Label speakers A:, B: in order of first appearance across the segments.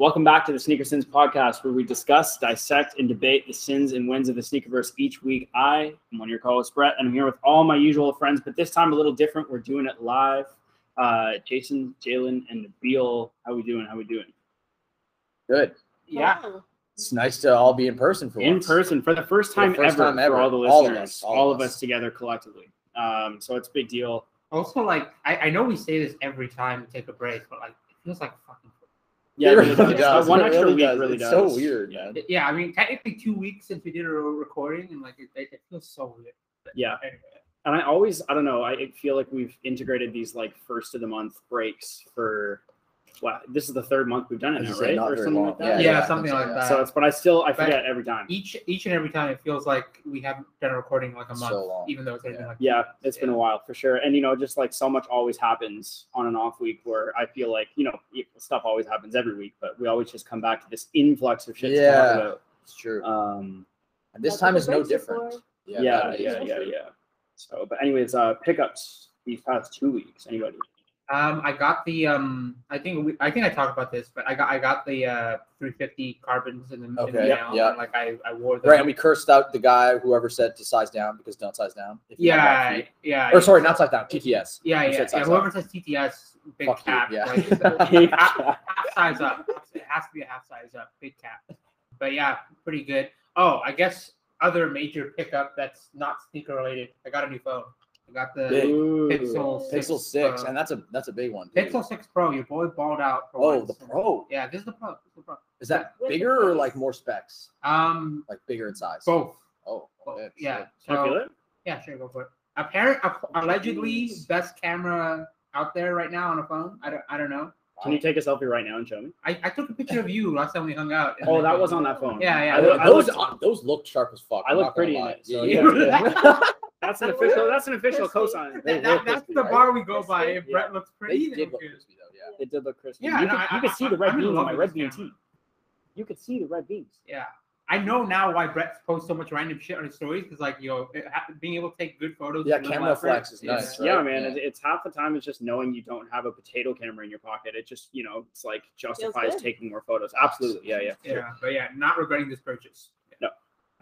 A: Welcome back to the Sneaker Sins podcast, where we discuss, dissect, and debate the sins and wins of the sneakerverse each week. I am one of your co-hosts, Brett, and I'm here with all my usual friends, but this time a little different. We're doing it live. Uh, Jason, Jalen, and Nabil, how we doing? How we doing?
B: Good.
A: Yeah,
C: Wow.
B: It's nice to all be in person for
A: in
B: once.
A: person for the first
B: For the
A: time
B: first
A: ever
B: time
A: for
B: ever.
A: all the
B: All of
A: listeners,
B: us,
A: all, of us together collectively. Um, so it's a big deal.
D: Also, like I, I know we say this every time we take a break, but like it feels like fucking.
A: Yeah,
B: it
A: it really
B: really
A: does.
B: does.
A: That one
B: It
A: extra
B: really
A: week
B: does.
A: really
B: it's
A: does.
B: so weird, man.
D: Yeah, I mean technically two weeks since we did a recording, and like it, it, it feels so weird. But
A: Yeah.
D: anyway.
A: and I always, I don't know, I I feel like we've integrated these like first of the month breaks for, wow, this is the third month we've done it
B: This
A: now,
B: is
A: right?
B: not
A: Or
B: very
A: something
B: long.
A: like
B: Yeah,
A: that.
D: Yeah,
B: yeah,
D: something like
B: yeah.
D: that.
A: So it's, but I still, I
D: But-
A: forget every time.
D: each each and every time it feels like we haven't done a recording in like a
B: So
D: month,
B: long.
D: even though it's only been
B: Yeah.
D: like
A: Yeah,
D: it's
A: it's been a while for sure. And you know, just like so much always happens on an off week where I feel like, you know, stuff always happens every week, but we always just come back to this influx of shit
B: Yeah.
A: to talk
B: It's true.
D: Uh,
A: about. Um
B: And this
C: That's
B: time
C: what
B: is
C: the
B: no
C: breaks are
B: different.
C: for.
A: yeah, yeah,
B: that is
A: yeah,
B: no
A: yeah,
B: different.
A: So but anyways, uh pickups these past two weeks. Anybody?
D: Um, I got the um, I think we, I think I talked about this, but I got I got the uh 350 carbons in the, in the
B: Okay,
D: mail,
B: yeah.
D: and like I I wore them.
B: Right, and we cursed out the guy, whoever said to size down because don't size down. if you have bad
D: yeah,
B: feet.
D: yeah.
B: Or sorry, not size down. TTS.
D: Yeah,
B: You
D: yeah,
B: said
D: yeah.
B: size
D: Whoever says TTS, big
B: Fuck you,
D: cap.
B: yeah.
D: Like, it's a half, half size up. It has to be a half size up, big cap. But yeah, pretty good. Oh, I guess other major pickup that's not sneaker related. I got a new phone. I got the
B: Big.
A: Ooh.
D: Pixel Six
B: Pixel six,
D: Pro.
B: and that's a that's a big one. dude.
D: Pixel Six Pro. Your boy balled out for
B: Oh,
D: once.
B: the pro.
D: Yeah, this is the pro. This is the pro.
B: Is that
C: With the
B: bigger or
C: face.
B: like more specs?
D: Um,
B: Like bigger in size?
D: both.
B: Oh,
D: both.
B: okay,
D: yeah.
B: shit.
A: Can I feel
D: So,
A: it?
D: yeah, sure, go for it. Apparent, ap- allegedly
A: Jeez.
D: best camera out there right now on a phone. I don't, I don't know.
A: Can you take a selfie right now and show me?
D: I, I took a picture of you last time we hung out. and
A: Oh,
D: I
A: that
D: told
A: was
D: you.
A: on that phone.
D: Yeah, yeah.
A: I look- I
B: those uh,
A: looked-
B: those look sharp as fuck.
A: I
B: I'm
A: look
B: not gonna
A: pretty in
B: lie.
A: it, so
B: Yeah,
A: yeah.
B: yeah.
A: that's an official that's an official cosign.
B: They
D: That, that,
B: look
D: that's
B: crispy,
D: the
B: right?
D: bar we go
A: Crispy,
D: by. If
A: yeah.
D: Brett looks
B: They
D: pretty,
B: did
D: then
B: look
D: good.
B: crispy though. Yeah.
A: It did look crispy.
D: Yeah,
A: you,
D: no,
A: could,
D: I-
A: you could
D: I-
A: see the red
D: I'm in
A: beans on
D: love
A: my
D: with
A: red
D: this
A: bean
D: camera.
A: tee. You could see the red beans.
D: Yeah. I know now why Brett posts so much random shit on his stories because, like, you know, it, ha- being able to take good photos.
B: Yeah,
D: with little
B: camera
D: effort
B: flex is
D: is-
B: nice,
A: It's-
B: right?
A: Yeah, man.
B: Yeah.
A: It's, it's half the time it's just knowing you don't have a potato camera in your pocket. It just, you know, it's like justifies
C: good.
A: taking more photos. Absolutely. Yeah, yeah. for
D: Yeah, but yeah, not regretting this purchase.
A: sure.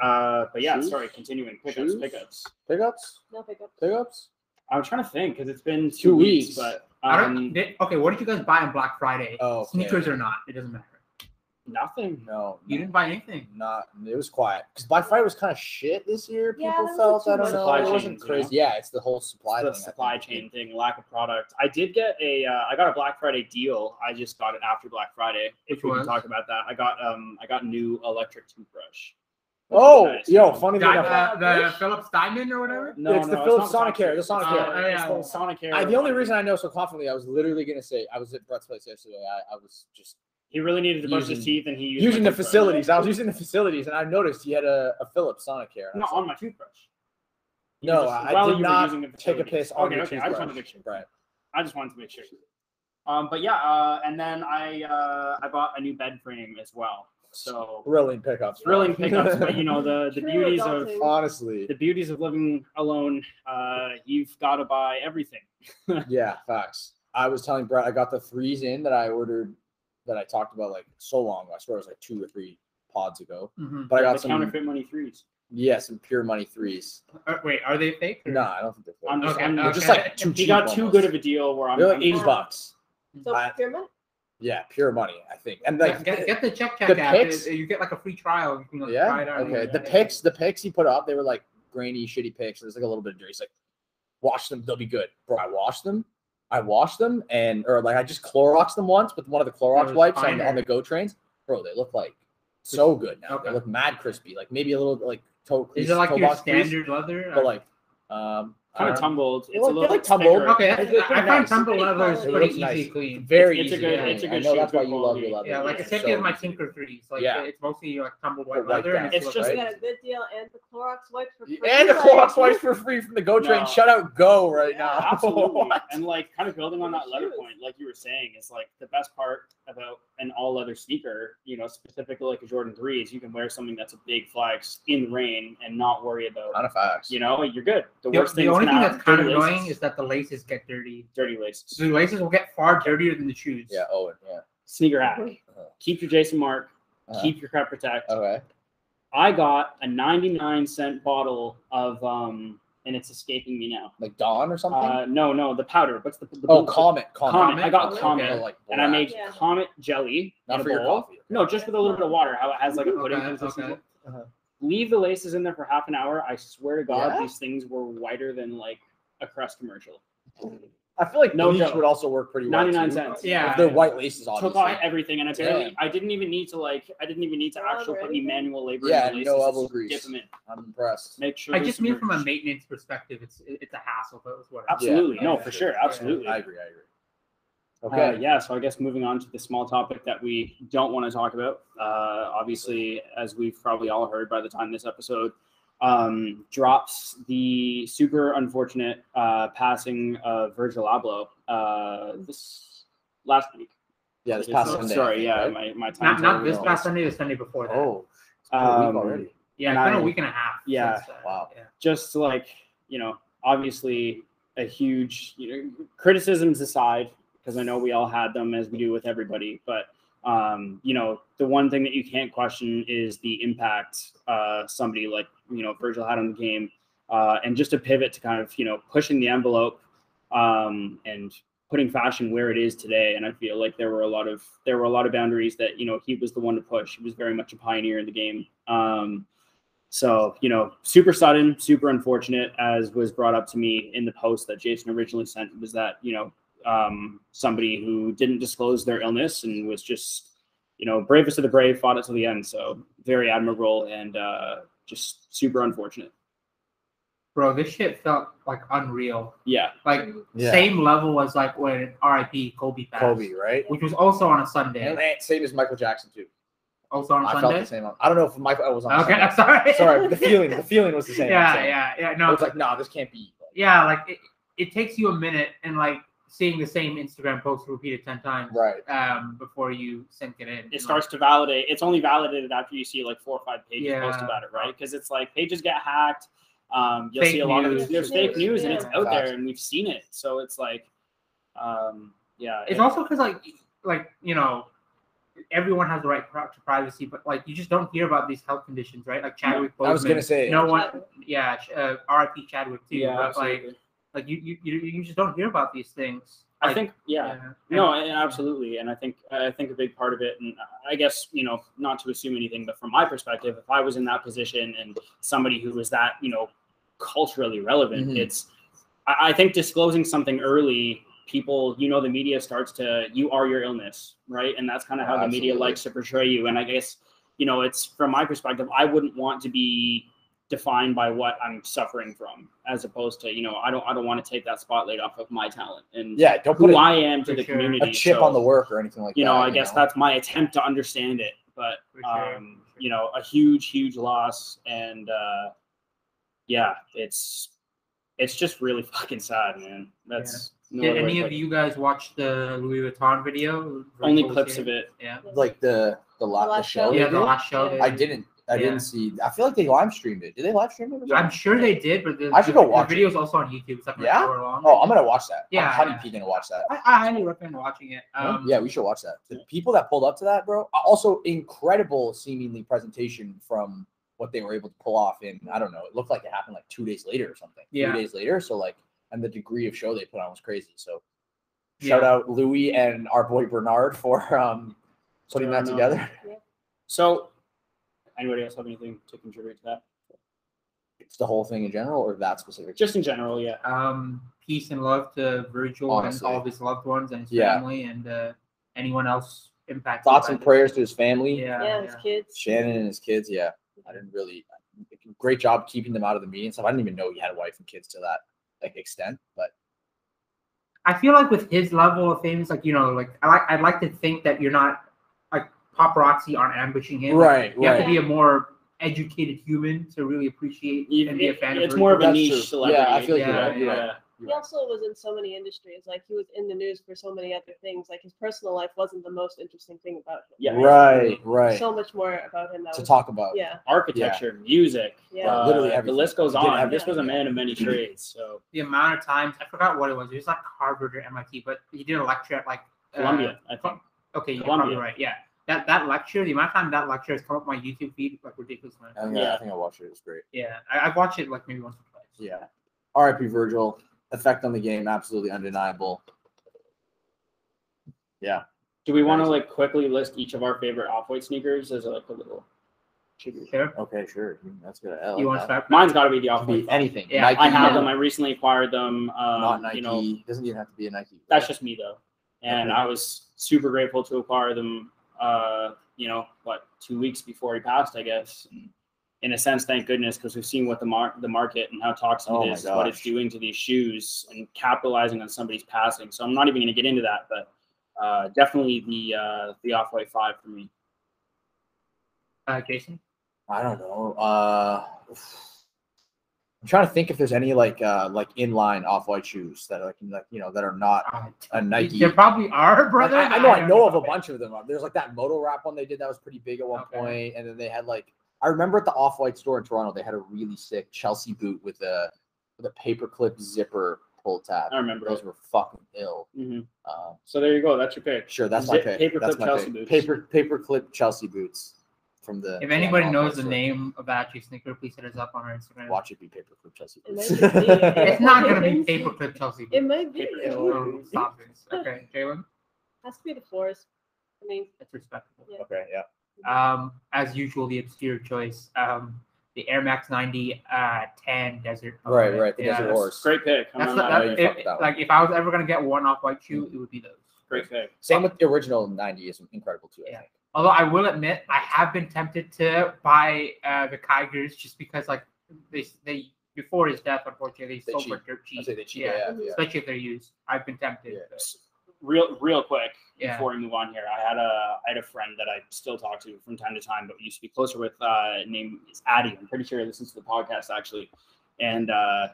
A: Uh, but yeah,
B: Shoes?
A: sorry. Continuing pickups,
B: Shoes?
A: pickups.
B: Pickups?
C: No pickup.
B: Pickups?
A: I'm trying to think because it's been two,
B: Two
A: weeks,
B: weeks.
A: but
D: I don't,
A: um,
D: did, okay, what did you guys buy on Black Friday?
B: Oh, okay.
D: Sneakers or not, it doesn't matter.
A: nothing.
B: No.
D: You
B: no,
D: didn't buy anything.
B: Not it was quiet because Black Friday was kind of shit this year.
C: Yeah,
B: People
C: there
B: felt
C: was too
B: I don't
C: much
B: know.
A: Supply
B: it wasn't
A: chains, you
B: crazy. Yeah, it's the whole supply.
A: the
B: thing, I
A: supply
B: think.
A: chain thing, lack of product. I did get a, uh, I got a Black Friday deal. I just got it after Black Friday. If
D: Which
A: we can
D: was?
A: talk about that, I got um, I got new electric toothbrush. which is
B: Oh,
A: nice.
B: yo, funny thing.
D: Di-
B: about-
D: uh, the Phillips Diamond or whatever?
A: No,
B: It's the
A: no,
B: Philips
A: not the
B: Sonicare, the
A: Sonicare.
D: Sonicare. Oh,
A: It's
D: yeah.
A: called Sonicare.
B: I, the only reason I know so confidently, I was literally gonna say I was at Brett's place yesterday. I, I was just
A: he really needed to brush his
B: Using-
A: teeth, and he used
B: using
A: my
B: the
A: toothbrush.
B: facilities. I was using the facilities, and I noticed he had a, a Philips Sonicare. and I
A: No,
B: was like,
A: on my toothbrush. You
B: no,
A: just-
B: I
A: while
B: did
A: you were
B: not
A: using the
B: take a
A: facilities.
B: piss on
A: okay,
B: your
A: okay, I just
B: toothbrush.
A: wanted to make sure.
B: Right.
A: I just wanted to make sure. Um, but yeah, uh, and then I uh, I bought a new bed frame as well. So
B: Thrilling pickups. bro.
A: thrilling pickups, but you know the the
C: True
A: beauties of
C: adulting.
B: Honestly,
A: the beauties of living alone. Uh, you've got to buy everything.
B: yeah, facts. I was telling Brett I got the threes in that I ordered that I talked about like so long. ago. I swear it was like two or three pods ago.
D: Mm-hmm.
B: But I got
A: the
B: some
A: counterfeit money threes.
B: yeah, some pure money threes.
D: Uh, wait, are they fake? or-
B: No, I don't think they're fake.
A: I'm just,
D: Okay, uh,
A: I'm,
B: They're
D: okay.
B: just like too cheap.
A: He got too
B: almost.
A: good of a deal where I'm
B: They're like
A: I'm-
B: eighty bucks.
C: So
B: I-
C: procurement.
B: Yeah, pure money, I think. And like
D: get, get the check check
B: the
D: app. it-
B: pics-
D: You get like a free trial. You can like, try
B: Yeah.
D: it out. and
B: Okay.
D: you-
B: The picks, the picks he put up, they were like grainy, shitty picks. There's like a little bit of dirt. He's like, wash them, they'll be good. Bro, I washed them. I washed them and or like I just Cloroxed them once with one of the Clorox
D: was
B: wipes on,
D: finer.
B: on the go trains. Bro, they look like so good now. They
D: Okay.
B: look mad crispy. Like maybe a little like toe
D: Is
B: crease,
D: it like
B: toe
D: your
B: box crease,
D: standard leather?
B: but like um
A: Kind of
D: Um,
A: tumbled.
B: They
A: It's a
B: like- they
A: little
B: like tumbled.
A: thicker.
D: Okay,
B: It's- it's
D: that's- I
B: pretty
D: find
B: nice.
D: Tumble Leather
B: It
D: is pretty
B: looks nice.
D: easy clean.
B: Very
A: It's a
B: easy. to
A: good- it's a
B: clean. I
A: good
B: know
A: shoe,
B: that's why
A: good
B: you love
A: quality.
B: your leather.
D: Yeah, like I
B: It's
D: said,
B: so
D: with my
B: easy.
D: Tinker threes. Like
B: Yeah.
D: it's mostly like tumble
B: Or
D: white
B: white
D: leather, and
B: down.
D: it's,
A: It's just-
D: like,
C: You got a good deal and the Clorox wipes for free.
B: And the Clorox wipes for free from the Go Train.
A: No.
B: Shout out Go right now.
A: Absolutely.
B: What?
A: and like kind of building on that leather
C: Shoes.
A: point, like you were saying, it's like the best part about an all leather sneaker, you know, specifically like a Jordan 3 is you can wear something that's a big flex in the rain and not worry about,
B: Not a facts.
A: you know, you're good. The
D: the,
A: worst
D: the
A: thing
D: only
A: is
D: thing
A: gonna
D: that's
A: happen,
D: kind of
A: dirty
D: annoying
A: laces.
D: is that the laces get dirty.
A: dirty laces.
D: So the laces will get far dirtier than the shoes.
B: Yeah, Owen. Yeah.
A: Sneaker hack.
B: Uh-huh.
A: Keep your Jason Mark.
B: Uh-huh.
A: Keep your Crep Protect.
B: Okay.
A: I got a 99 cent bottle of, um, and it's escaping me now.
B: Like Dawn or something?
A: Uh, no, no, the powder. What's the, the
B: oh,
A: blue-
B: Comet. Comet.
A: Comet. I got
D: Okay.
A: Comet.
B: Oh, like
A: and I
B: black.
A: made
C: Yeah.
A: Comet jelly. in
B: Not
A: a
B: for your
A: bowl.
B: coffee.
A: No, just with a little bit of water. How it has like a pudding
D: Okay,
A: consistency.
D: okay.
B: Uh-huh.
A: Leave the laces in there for half an hour. I swear to God,
B: Yeah?
A: these things were whiter than like a crust commercial.
B: I feel like
A: No
B: bleach
A: joke.
B: would also work pretty well.
A: 99
B: too.
A: cents.
D: Yeah.
B: If they're white laces,
A: Took
B: obviously.
A: off everything, and I barely. I didn't even need to like. I didn't even need to
C: Rub
A: actually
C: or
A: put any
C: anything?
A: manual labor.
B: Yeah,
A: in the
B: no
A: laces.
B: elbow
A: Just
B: grease.
A: Dip 'em in.
B: I'm impressed.
A: Make sure.
D: I
A: they're
D: just mean from a
A: submerged.
D: maintenance perspective, it's it's a hassle, but it's worth it.
A: Absolutely,
D: Yeah.
A: no, for sure,
D: Yeah.
A: absolutely. Uh,
B: I agree. I agree.
A: Okay.
B: Okay.
A: yeah. So I guess moving on to the small topic that we don't want to talk about. Uh, obviously, as we've probably all heard by the time this episode um, drops, the super unfortunate uh, passing of Virgil Abloh uh, this last week.
B: Yeah, this
A: It's-
B: past
A: oh,
B: Sunday.
A: Sorry. Yeah.
B: right?
A: My my time.
D: Not not this
B: No.
D: past Sunday, the Sunday before that.
B: Oh, it's been a
A: Um,
B: week already.
D: yeah, it's
A: and
D: been a
A: I-
D: week and a half.
A: yeah.
D: since, uh,
B: Wow.
D: yeah.
A: just like you know obviously a huge you know criticisms aside because i know we all had them as we do with everybody but um you know the one thing that you can't question is the impact uh somebody like you know virgil had on the game uh and just a pivot to kind of you know pushing the envelope um and putting fashion where it is today and i feel like there were a lot of there were a lot of boundaries that you know he was the one to push he was very much a pioneer in the game um so, you know, super sudden, super unfortunate, as was brought up to me in the post that Jason originally sent, was that, you know, um, somebody who didn't disclose their illness and was just, you know, bravest of the brave, fought it to the end. So, very admirable and uh, just super unfortunate.
D: Bro, this shit felt like unreal.
A: Yeah.
D: Like
B: Yeah.
D: same level as like when R.I.P. Kobe passed,
B: Kobe, right?
D: which was also on a Sunday.
B: And, and same as Michael Jackson too.
D: Also on a
B: I felt
D: Sunday.
B: the same. On, I don't know if Michael I was on.
D: Okay,
B: Sunday.
D: I'm sorry.
B: Sorry, the feeling. The feeling was the same. I'm
D: yeah,
B: saying.
D: yeah, yeah.
B: I
D: No,
B: was like, nah, this can't be.
D: yeah, like it, it takes you a minute and like seeing the same Instagram post repeated ten times
B: Right.
D: um, before you sink it in.
A: It starts to validate. It's only validated after you see like four or five pages
D: Yeah.
A: post about it, right? Because it's like pages get hacked. Um, you'll
D: Fake
A: see a lot
D: news.
A: of there's fake news and it's
C: Yeah.
A: out
B: Facts.
A: there and we've seen it. So it's like, um, yeah.
D: It's
A: it-
D: also because like like you know everyone has the right pro- to privacy, but like you just don't hear about these health conditions, right? Like Chadwick Boseman.
B: I was gonna say.
D: no one. Yeah, Ch- uh, R.I.P. Chadwick too.
A: yeah,
D: but
A: absolutely.
D: like like you you, you you just don't hear about these things.
A: I
D: Like,
A: think, yeah, no, and absolutely, and I think I think a big part of it, and I guess you know, not to assume anything, but from my perspective, if I was in that position and somebody who was that you know culturally relevant,
B: Mhm.
A: it's I, I think disclosing something early, people, you know, the media starts to you are your illness, right, and that's kind of how
B: Oh,
A: the media
B: absolutely.
A: likes to portray you, and I guess you know, it's from my perspective, I wouldn't want to be defined by what I'm suffering from, as opposed to you know, I don't I don't want to take that spotlight off of my talent and
B: Yeah. Don't put
A: who
B: a,
A: I am to
D: For
A: the
D: sure.
A: community.
B: a chip
A: so,
B: on the work or anything like
A: you
B: that.
A: know, I guess that's my attempt to understand it. But
D: For sure.
A: um, you know, a huge, huge loss, and uh, yeah, it's it's just really fucking sad, man. That's no
D: Did
A: other way
D: any
A: to
D: of
A: put it.
D: you guys watch the Louis Vuitton video?
A: only clips of it.
D: Yeah.
B: like the the lot
C: The
B: the
C: last
B: show.
C: show.
B: they
D: Yeah, the
B: did?
D: last show.
C: Yeah.
D: they
B: I
D: did.
B: didn't. I
D: Yeah.
B: didn't see. I feel like they live streamed it. Did they live stream it? or
D: I'm
B: something?
D: sure they did, but the,
B: I should go watch
D: the
B: it.
D: video's also on YouTube. It's like an
B: Yeah?
D: hour long.
B: Oh, I'm gonna watch that.
D: Yeah,
B: I'm hundred
D: yeah.
B: p gonna watch that.
D: I, I highly recommend watching it. Um,
B: yeah, we should watch that. The people that pulled up to that, bro, also incredible seemingly presentation from what they were able to pull off in I don't know, it looked like it happened like two days later or something.
D: Yeah.
B: Two days later. So like and the degree of show they put on was crazy. So
D: Yeah.
B: shout out Louis and our boy Bernard for um putting
A: Fair
B: that
A: enough.
B: together.
A: So, anybody else have anything to contribute to that?
B: It's the whole thing in general or that specific.
A: Just in general, yeah.
D: um, peace and love to Virgil
B: Honestly.
D: and all of his loved ones and his
B: Yeah.
D: family and uh, anyone else impacted.
B: Thoughts
D: by
B: and
D: this.
B: prayers to his family.
D: Yeah,
C: Yeah, his
D: yeah.
C: kids.
B: Shannon and his kids, yeah. I didn't really great job keeping them out of the meeting stuff. I didn't even know he had a wife and kids to that like extent, but
D: I feel like with his level of fame, it's like you know, like I like I'd like to think that you're not like paparazzi aren't ambushing him.
B: right,
D: You have
B: right.
D: to be a more educated human to really appreciate
A: You-
D: and be a fan
A: E,
D: of.
A: it- it's
D: her.
A: more of a
B: That's
A: niche
B: true.
A: celebrity.
B: Yeah, I feel
D: like you're right,
B: you're right.
C: He also was in so many industries. Like he was in the news for so many other things. Like his personal life wasn't the most interesting thing about him.
A: Yeah.
B: right, right.
C: So much more about him that
B: to
C: was
B: talk about.
C: yeah.
A: Architecture, music,
C: Yeah.
A: uh,
B: Literally
A: the
B: everything.
A: list goes
B: He did
A: on.
B: everything,
A: This was a
B: yeah.
A: man of many trades. So
D: the amount of times I forgot what it was. It was like Harvard or MIT, but he did a lecture at like uh,
A: Columbia, I think.
D: Okay, you're
A: Columbia.
D: probably right. Yeah, that that lecture, the amount of time that lecture has come up my YouTube feed like ridiculous amount.
B: I think,
A: Yeah.
B: uh, I think I watched it. It was great.
D: Yeah, I, I've watched it like maybe once or twice.
B: Yeah. R.I.P. Virgil. Effect on the game, absolutely undeniable.
A: Do we want to
B: Nice.
A: like quickly list each of our favorite off white sneakers as like a little? tribute?
D: Sure.
B: Okay, sure. That's good. I like
D: you want
B: that.
D: to start?
A: Mine's got to be the
B: It
A: off
B: could be
A: white.
B: anything.
D: Yeah,
B: Nike,
A: I have
C: Yeah.
A: them. I recently acquired them.
B: Not
A: Um,
B: Nike.
A: you know,
B: doesn't even have to be a Nike.
A: that's just me though, and
B: Okay.
A: I was super grateful to acquire them. Uh, you know, what two weeks before he passed, I guess. In a sense, thank goodness, because we've seen what the mar- the market and how toxic
B: Oh
A: it
B: my
A: is, what it's
B: gosh.
A: doing to these shoes, and capitalizing on somebody's passing. So I'm not even going to get into that, but uh, definitely the uh, the off white five for me.
D: Uh, Jason.
B: I don't know. Uh, I'm trying to think if there's any like uh like inline off white shoes that are like, like you know that are not
D: Uh,
B: a Nike.
D: There probably are,
B: Like,
D: brother.
B: I, I
D: but
B: know I
D: don't
B: know of a
D: about
B: bunch of them. Uh, There's like that Moto Wrap one they did that was pretty big at one
D: Okay.
B: point, and then they had like I remember at the Off White store in Toronto they had a really sick Chelsea boot with a with a paperclip zipper pull tab.
A: I remember.
B: Those
A: it.
B: were fucking ill.
A: Mhm.
B: Uh,
A: So there you go. That's your pick.
B: sure, that's my
A: Zip-
B: pick.
A: paperclip
B: that's my
A: Chelsea
B: pick.
A: boots.
B: Paper paperclip Chelsea boots from the.
D: it.
B: from
D: If
B: the
D: anybody
B: Off-White
D: knows the
B: store.
D: name of that Jason sneaker, please hit us up on our Instagram.
B: watch it be paperclip Chelsea
C: It might
B: boots.
C: just be it.
D: It's not gonna be paperclip Chelsea.
C: It might be.
A: Paper
C: It
D: Oh, stop this. Okay, Jalen,
C: has to be the floors. I mean,
D: that's respectable.
B: okay, yeah.
D: Um, as usual, the obscure choice. Um, the Air Max 90 uh, tan desert.
B: Right,
D: Off-White.
B: right, the
D: yeah,
B: Desert
D: that's-
B: Horse.
A: Great pick. I'm
D: That's
A: on
D: the,
A: that.
B: I know
D: that,
B: you
D: if-
B: fucked that one.
D: like if I was ever gonna get one off white shoe, it would be those.
A: Great pick.
B: Same with the original '90 is incredible too. I
D: Yeah.
B: think.
D: Although I will admit, I have been tempted to buy uh, the Kygers just because like they they before his death, unfortunately,
B: They
D: they sold
B: cheap.
D: for dirt
B: I
D: cheap.
B: say they cheap.
D: Yeah.
B: Yeah, yeah,
C: Mhm.
D: Especially if they're used. I've been tempted.
B: Yeah.
D: but-
A: Real, real quick
D: Yeah.
A: before we move on here, I had a, I had a friend that I still talk to from time to time, but we used to be closer with. Uh, name is Addy. I'm pretty sure he listens to the podcast actually, and uh,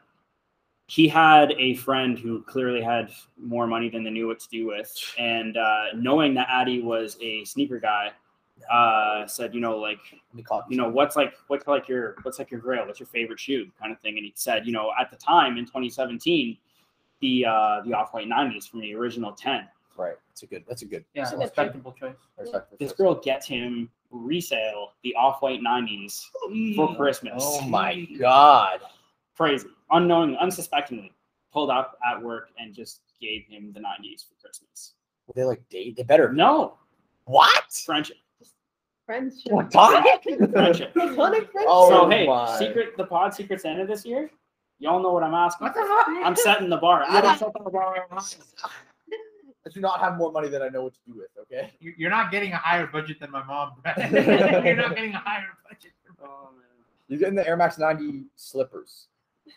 A: he had a friend who clearly had more money than they knew what to do with, and uh, knowing that Addy was a sneaker guy, uh, said, you know, like
B: They call it-
A: you know what's like what's like your what's like your grail what's your favorite shoe kind of thing and he said you know at the time in 2017 the uh the off-white 90s from the original 10
B: right. It's a good. That's a good.
D: Yeah,
C: So that's
D: respectable choice.
B: respectful
A: this
B: choice.
A: girl gets him resale the off-white 90s for christmas
B: Oh my god.
A: crazy unknowingly unsuspectingly pulled up at work and just gave him the 90s for christmas
B: Were they like date? They better.
A: no
B: What?
A: friendship
C: friendship.
B: We're talking?
A: friendship
C: Platonic friendship.
B: Oh
A: so hey
B: my.
A: secret the pod secret santa this year y'all know what i'm asking
D: What the
A: for.
D: fuck?
A: i'm setting the bar
B: Yeah.
A: Adam,
B: I do not have more money than I know what to do with. Okay.
D: You- You're not getting a higher budget than my mom, Brad. You're not getting a higher budget. Oh, man.
B: You're getting the Air Max 90 slippers.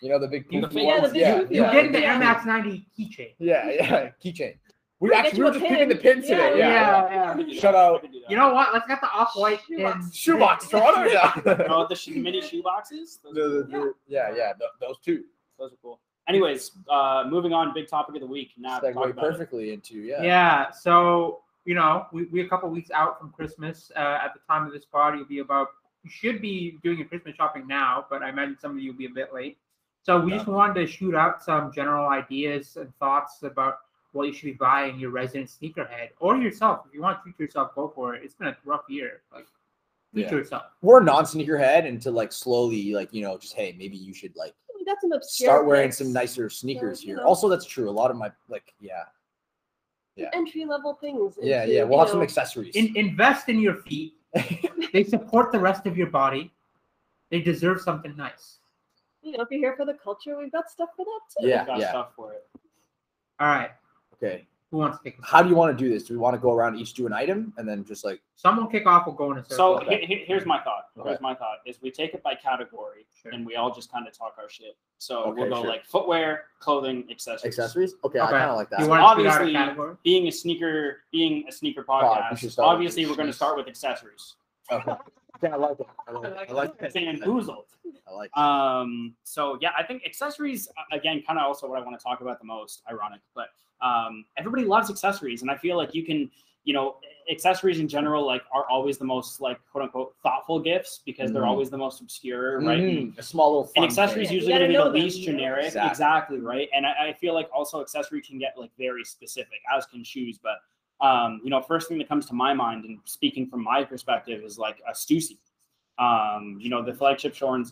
B: You know the big.
A: You
B: poofy
A: fit-
C: Yeah, the
B: ones?
C: big poofy
D: You're
C: Yeah,
D: getting the
C: yeah.
D: Air Max 90 keychain.
B: Yeah, yeah. Keychain. We
C: Get
B: actually
C: you
B: we were
C: a
B: just
C: pin.
B: picking the pins
C: Yeah,
B: today.
D: yeah.
A: I could do that.
B: Shut out.
A: I could do that.
D: You know what? Let's get the off white
C: Shoebox.
B: Shoebox. Toronto. Yeah.
A: Oh, the sh- mini shoe boxes.
B: The-
A: Those,
B: the- the- yeah, yeah. th- Those two
A: those are cool. Anyways, uh, moving on. Big topic of the week. Now talk
B: segue
A: about it.
B: perfectly into yeah.
D: Yeah. So you know, we we a couple weeks out from Christmas. Uh, at the time of this party, will be about. You should be doing your Christmas shopping now, but I imagine some of you will be a bit late. So we just
B: Yeah.
D: wanted to shoot out some general ideas and thoughts about what you should be buying your resident sneakerhead or yourself. If you want to treat yourself, go for it. It's been a rough year. Like treat
B: Yeah.
D: yourself.
B: we're non sneakerhead and to like slowly like you know just hey maybe you should like
C: We got some obscure.
B: start wearing
C: picks.
B: some nicer sneakers
C: you
B: here.
C: know.
B: Also that's true. A lot of my like yeah yeah.
C: entry level things.
B: yeah
C: into,
B: yeah
C: you
B: we'll have
C: know,
B: some accessories.
D: In, invest in your feet. they support the rest of your body. They deserve something nice.
C: You know, if you're here for the culture, we've got stuff for that too.
B: Yeah,
A: We've got
B: yeah.
A: stuff for it.
D: All right.
B: okay,
D: Who wants to kick? us
B: How
D: off?
B: do you want to do this? Do we want to go around each do an item and then just like
D: Someone kick off will go in a
A: So
D: circle.
A: he- he- here's my thought. Here's
B: Okay.
A: my thought is we take it by category
D: Sure.
A: and we all just kind of talk our shit. So we'll
B: Okay,
A: go
B: sure.
A: like footwear, clothing, accessories.
B: accessories? Okay, I
D: Okay.
B: kind of like that.
D: you want to figure out a
A: Obviously-
D: category?
A: Being a sneaker, being a sneaker
B: Pod, we
A: podcast.
B: Oh, should start with
A: obviously,
B: these.
A: we're going to start with accessories.
B: Okay. Yeah, I like that. I like, I like that.
A: Bamboozled.
B: I like
A: Um, so yeah, I think accessories uh, again, kind of also what I want to talk about the most. Ironic, but um, everybody loves accessories, and I feel like you can, you know, accessories in general like are always the most like quote unquote thoughtful gifts because they're
B: Mhm.
A: always the most obscure, right? And-
B: Mm, a small little fun
A: And accessories
B: thing.
C: you
A: usually
C: gotta
A: going to be
C: know
A: the
C: them,
A: least
C: you know?
A: generic,
B: Exactly.
A: exactly. right? And I, I feel like also accessory can get like very specific, as can shoes. But um, you know, first thing that comes to my mind, and speaking from my perspective, is like a Stussy. Um, you know, the flagship store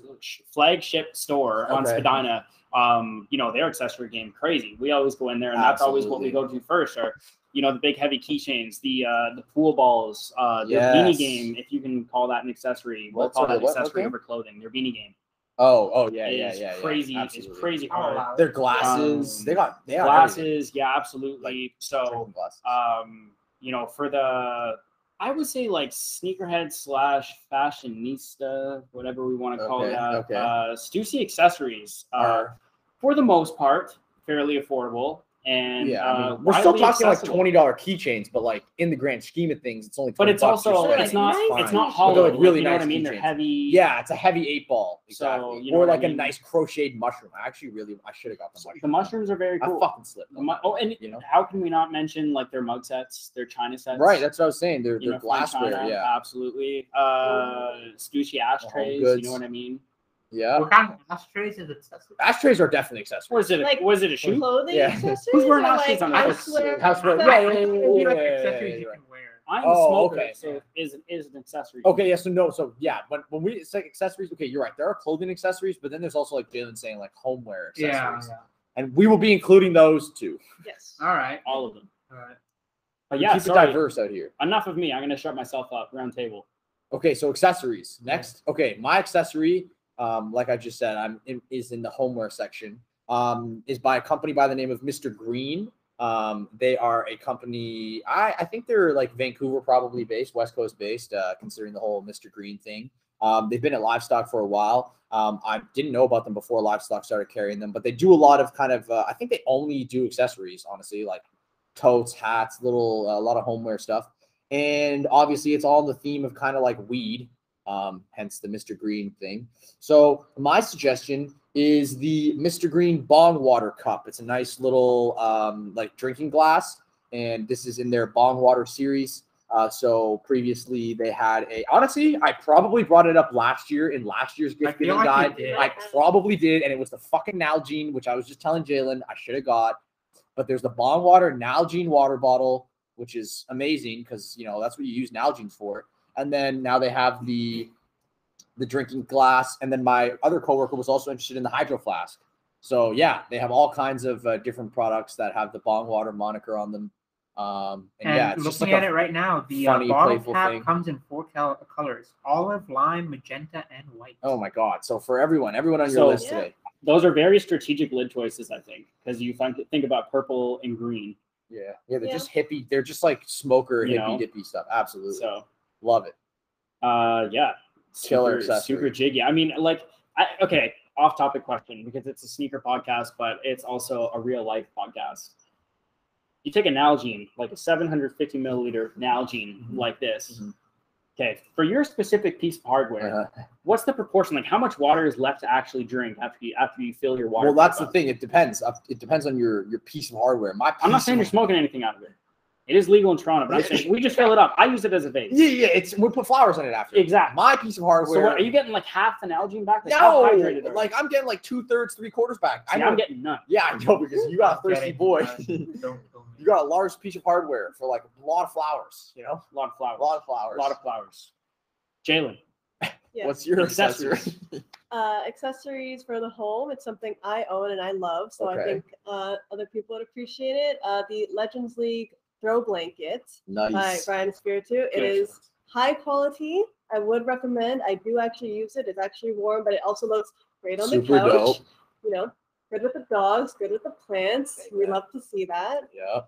A: flagship store on
B: Okay.
A: Spadina. Um, you know, their accessory game crazy. We always go in there, and that's always what we go to first. Or you know, the big heavy keychains, the uh, the pool balls, uh, their
B: Yes.
A: beanie game, if you can call that an accessory. We'll
B: What's
A: call
B: a-
A: that an
B: what- what
A: accessory
B: game?
A: over clothing. Their beanie game
B: Oh, oh yeah,
A: yeah,
B: yeah, yeah, yeah.
A: crazy. It's
B: absolutely.
A: crazy
C: Oh,
D: I'll
A: hard.
D: allow it.
B: Their glasses.
A: Um,
B: they got they got everything.
A: Glasses, yeah, absolutely. so,
B: Drinking glasses. uh,
A: um, you know, for the, I would say like sneakerhead slash fashionista, whatever we want to call
B: Okay,
A: that.
B: okay.
A: Uh, Stussy accessories are,
B: Are-
A: for the most part, fairly affordable. And
B: yeah, I mean,
A: uh,
B: we're still
A: widely
B: talking
A: accessible.
B: like twenty dollar keychains, but like in the grand scheme of things, it's only. 20
A: But it's
B: bucks or
A: also
B: something.
C: like,
A: it's not
C: nice
A: it's not
B: Fine.
A: hollow.
B: They're, like, really
A: you know
B: nice
A: what I mean? They're
B: keychains.
A: heavy.
B: Yeah, it's a heavy eight ball,
A: So,
B: exactly,
A: you know
B: or
A: what I
B: like a
A: mean?
B: nice crocheted mushroom. I actually really I should have got the mushroom.
A: The mushrooms are very cool.
B: I fucking slipped.
A: The
B: on
A: mu-
B: that,
A: oh, and
B: you know,
A: how can we not mention like their mug sets, their china sets?
B: right? That's what I was saying. They're
A: you
B: they're
A: know, from
B: glassware.
A: China,
B: Yeah, Oh,
A: absolutely. Uh, Stussy ashtrays, you
B: goods.
A: know what I mean?
B: yeah.
D: What kind of ashtrays is accessory?
B: Ashtrays are definitely accessories.
A: Was it a,
C: Like-
A: was it a shoe?
B: oh,
C: Clothing
B: Yeah.
C: accessories.
A: Who's wearing
C: or,
A: ashtrays
C: like,
A: on
C: houseware?
B: Houseware,
D: Like,
B: yeah, yeah, yeah, yeah,
D: you
B: yeah,
D: like
B: yeah,
D: accessories you
B: yeah,
D: can wear.
A: I'm
B: Oh,
A: a smoker,
B: okay.
A: so it is is an accessory.
B: Okay, yeah. So no, so yeah, when when we it's like accessories, okay, you're right. There are clothing accessories, but then there's also like Jalen saying like homeware
D: Yeah,
B: accessories,
D: yeah.
B: and we will be including those too.
C: Yes.
D: All right.
A: all of them.
D: All right.
A: But
B: We
A: Uh, yeah,
B: keep
A: sorry.
B: it diverse out here.
A: Enough of me. I'm gonna shut myself up. Round table.
B: Okay, so accessories next. Okay, my accessory, um, like I just said, I'm in, is in the homeware section. Um, is by a company by the name of Mr. Green. Um, they are a company. I I think they're like Vancouver probably based, West Coast based, uh, considering the whole Mr. Green thing. Um, they've been at livestock for a while. Um, I didn't know about them before livestock started carrying them, but they do a lot of kind of. Uh, I think they only do accessories, honestly, like totes, hats, little a lot of homeware stuff and obviously it's all in the theme of kind of like weed um hence the mr green thing so my suggestion is the mr green bong water cup it's a nice little um like drinking glass and this is in their bong water series uh so previously they had a honestly i probably brought it up last year in last year's
D: I
B: gift
D: feel
B: giving
D: like
B: guide
D: you did.
B: I probably did, and it was the fucking Nalgene, which I was just telling Jalen I should have got. But there's the Bond Water Nalgene water bottle, which is amazing because you know that's what you use Nalgene for. And then now they have the the drinking glass, and then my other coworker was also interested in the Hydro Flask. So yeah, they have all kinds of uh, different products that have the Bong Water moniker on them. Um, and,
D: And
B: yeah, it's just
D: looking
B: like
D: at
B: a-
D: it right now, the uh,
B: funny,
D: bottle
B: playful
D: cap
B: thing.
D: comes in four col- colors: olive, lime, magenta, and white.
B: oh my god! So for everyone, everyone on your
A: So-
B: list
C: Yeah.
B: today,
A: Those are very strategic lid choices, I think, because you think think about purple and green.
B: yeah, yeah, they're
C: Yeah.
B: just hippie. They're just like smoker
A: You
B: hippie
A: know?
B: dippy stuff. Absolutely,
A: So
B: love it.
A: Uh, yeah,
B: Killer
A: super,
B: accessory.
A: super jiggy. I mean, like, I, okay, off topic question because it's a sneaker podcast, but it's also a real life podcast. You take a Nalgene, like a 750 milliliter Nalgene,
B: Mhm.
A: like this.
B: Mhm.
A: Okay, for your specific piece of hardware,
B: Uh-huh.
A: what's the proportion? Like, how much water is left to actually drink after you after you fill your water?
B: Well, that's the
A: cup up?
B: thing. It depends. Uh, It depends on your your piece of hardware. My piece
A: I'm not saying
B: of-
A: you're smoking anything out of it. It is legal in Toronto, but I'm saying we just fill it up. I use it as a vape.
B: Yeah, yeah. It's we put flowers on it after.
A: Exactly.
B: My piece of hardware.
A: So, what, are you getting like half the Nalgene back? Like, how hydrated
B: no,
A: are you?
B: like I'm getting like two thirds, three quarters back.
A: See,
B: I know.
A: I'm getting none.
B: yeah, I know because you got a thirsty
D: Get it.
B: boy.
D: Uh,
B: you
D: don't kill me.
B: got a large piece of hardware for like a lot of flowers. You know,
A: A lot of flowers.
B: a lot of flowers.
A: A lot of flowers. Jalen,
C: Yes.
B: What's your accessory?
A: accessories.
C: uh, accessories for the home. It's something I own and I love, so
B: Okay.
C: I think uh, other people would appreciate it. Uh, the Legends League throw blanket by
B: nice.
C: Brian Spiritu. It
A: Good.
C: is high quality. I would recommend. I do actually use it. It's actually warm, but it also looks great on
B: Super
C: the couch.
B: dope.
C: You know, good with the dogs, good with the plants. We love to see that.
B: Yeah.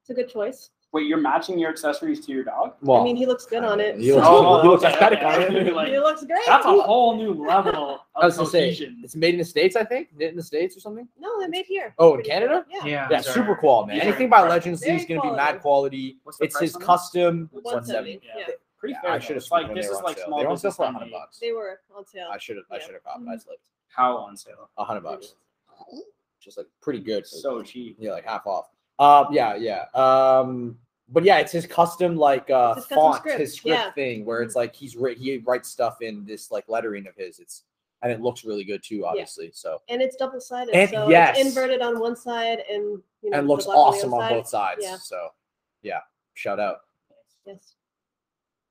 C: It's a good choice.
A: Wait, you're matching your accessories to your dog?
B: Well,
C: I mean, he looks good on it.
A: Oh,
B: He looks
C: so-
B: good. he looks aesthetic.
C: He
A: Like,
C: looks great.
A: that's a whole new level
B: I was
A: of
B: gonna say,
A: cohesion.
B: it's made in the states, I think. Knit in the states or something.
C: No, they made here.
B: Oh, in
C: Pretty
B: Canada?
C: good. Yeah.
D: Yeah.
B: Yeah,
D: sorry.
B: super qual, man.
D: These are
B: Anything by
D: incredible.
B: Legends Z is going
C: Very
B: to be
C: quality.
B: mad quality.
A: What's the
B: It's
A: price
B: his
A: on that?
B: custom.
C: 170. Yeah.
A: Yeah. Pretty
B: I
A: fair.
B: should have
A: It's like this is like small.
B: They were on sale
A: business
B: for
A: money.
B: hundred bucks.
C: They were on sale.
B: I should have. I
C: Yeah.
B: should have copped.
A: Mm-hmm.
B: I slipped.
A: How on sale?
B: A hundred bucks. Just like pretty good.
A: So cheap.
B: yeah, like half off. Um, yeah, yeah. Um, but yeah, it's his custom like uh
C: It's his custom
B: font,
C: script,
B: his script
C: yeah.
B: thing where
A: Mm-hmm.
B: it's like he's writ- he writes stuff in this like lettering of his. It's and it looks really good too, obviously. So
C: and it's double sided,
B: And-
C: so
B: yes.
C: it's inverted on one side and you know
B: and looks
C: flipped on the
B: awesome
C: other
B: on
C: side.
B: both sides.
C: Yeah.
B: So yeah, shout out.
C: Yes.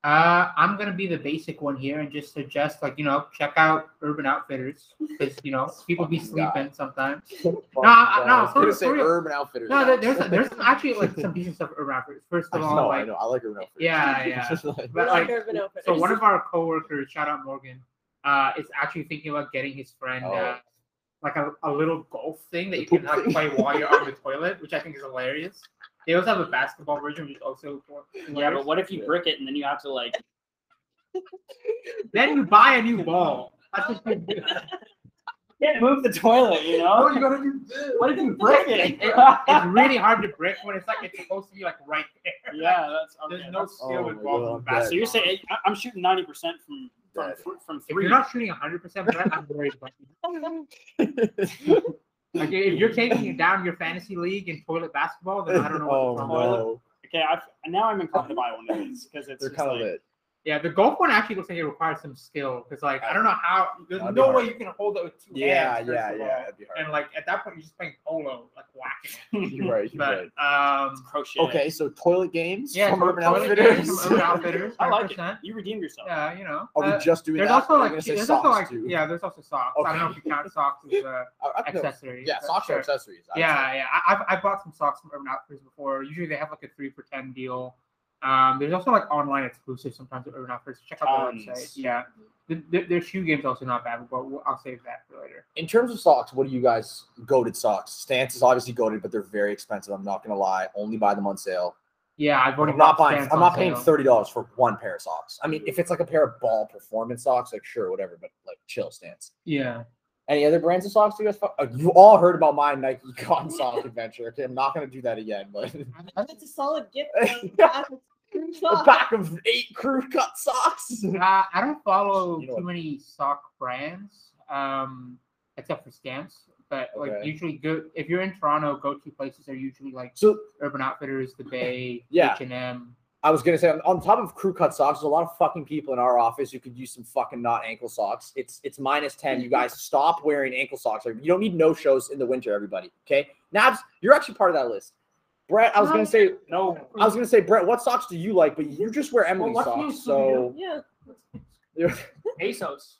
D: Uh, I'm gonna be the basic one here and just suggest, like, you know, check out Urban Outfitters because you know people be
B: Fucking guy.
D: sleeping sometimes.
B: No,
D: I- no,
B: I was
D: for
B: gonna
D: real,
B: say
D: for real.
B: Urban Outfitters.
D: No, there- there's there's some, actually like some decent stuff at Urban Outfitters. First
B: I
D: of all,
B: know, I
D: like,
B: know. I like Urban Outfitters.
D: Yeah, yeah.
B: It's just like-
D: But,
C: But like,
D: like,
C: urban outfitters.
D: so one of our coworkers, shout out Morgan, uh, is actually thinking about getting his friend
B: Oh.
D: uh, like a, a little golf thing that
B: The
D: you can
B: poop
D: like play while you're on the toilet, which I think is hilarious. They also have a basketball version, which is also for-
A: Yeah, but
D: hilarious.
A: what if you brick it and then you have to like?
D: then you buy a new ball. That's just ridiculous.
A: Can't move the toilet, you know.
D: gotta do this.
A: What if you brick it?
D: It- it's really hard to brick when it's like it's supposed to be like right there.
A: yeah, that's okay.
D: There's no
B: Oh
D: skill
B: my
D: involved
B: God,
D: in
B: I'm dead.
A: So
D: basketball.
A: you're saying I- I'm shooting ninety percent from from
B: Dead.
A: from
D: if
A: three.
D: you're not shooting 100, percent I'm worried about you. Like if you're taking it down your fantasy league in toilet basketball, then I don't know. What
B: oh
D: the problem is.
B: no,
A: okay, I've, now I'm inclined to buy one of these because it's
B: they're
A: just
B: kind of
A: like-
B: lit.
D: Yeah, the golf one actually looks like it requires some skill because like I don't know how. There's
B: That'd be
D: no
B: hard.
D: way you can hold it with two
B: Yeah,
D: hands.
B: yeah,
D: first of
B: yeah.
D: all.
B: That'd be hard.
D: And like at that point, you're just playing polo, like whacking. it.
B: You're right. You're right.
D: But um,
A: crochet.
B: Okay, so toilet games
D: yeah,
B: from
D: so
B: Urban
D: toilet
B: Outfitters.
D: games from Urban Outfitters,
A: I like it.
D: 100%.
A: You redeemed yourself.
D: Yeah, you know.
B: Are
D: uh,
B: we just doing
D: there's
B: that?
D: also
B: Are we
D: like
B: gonna say
D: there's also
B: socks,
D: like
B: too?
D: yeah, there's also socks. I don't know if you count socks as uh,
B: I- I don't know.
D: accessories.
B: Yeah,
D: but
B: socks
D: sure.
B: are accessories. I'd
D: Yeah, yeah. I, I've, I've bought some socks from Urban Outfitters before. Usually they have like a three for ten deal. Um, there's also like online exclusives sometimes at Urban Outfitters. Check out
A: Tons.
D: their website. Yeah, the, the, their shoe game's also not bad, but we'll, I'll save that for later.
B: in terms of socks, what do you guys goaded socks? Stance is obviously goaded, but they're very expensive. I'm not gonna lie. Only buy them on sale.
D: Yeah, I've already
B: I'm not
D: bought
B: buying.
D: Stance
B: I'm
D: on
B: not paying
D: sale.
B: thirty dollars for one pair of socks. I mean, if it's like a pair of ball performance socks, like sure, whatever. But like chill stance.
D: Yeah,
B: Any other brands of socks you guys? Fu- uh, you all heard about my Nike Cotton sock adventure. Okay, I'm not gonna do that again. But
D: I,
C: That's a solid gift.
B: a pack of eight crew cut socks.
D: I- I don't follow
B: You know
D: too
B: what?
D: many sock brands, um, except for Stamps. But like
B: Okay.
D: usually, go if you're in Toronto, go to places are usually like
B: So
D: Urban Outfitters, the Bay,
B: Yeah.
D: H and M.
B: I was gonna say on, on top of crew cut socks, there's a lot of fucking people in our office who could use some fucking not ankle socks. It's it's minus ten. You guys stop wearing ankle socks. You don't need no shows in the winter, everybody. Okay, Nabs, you're actually part of that list. Brett, I was gonna say,
A: No,
B: I was gonna say, Brett, what socks do you like? But you just wear Emily
A: Well, what
B: socks.
A: used to
B: So
C: yeah.
A: pesos.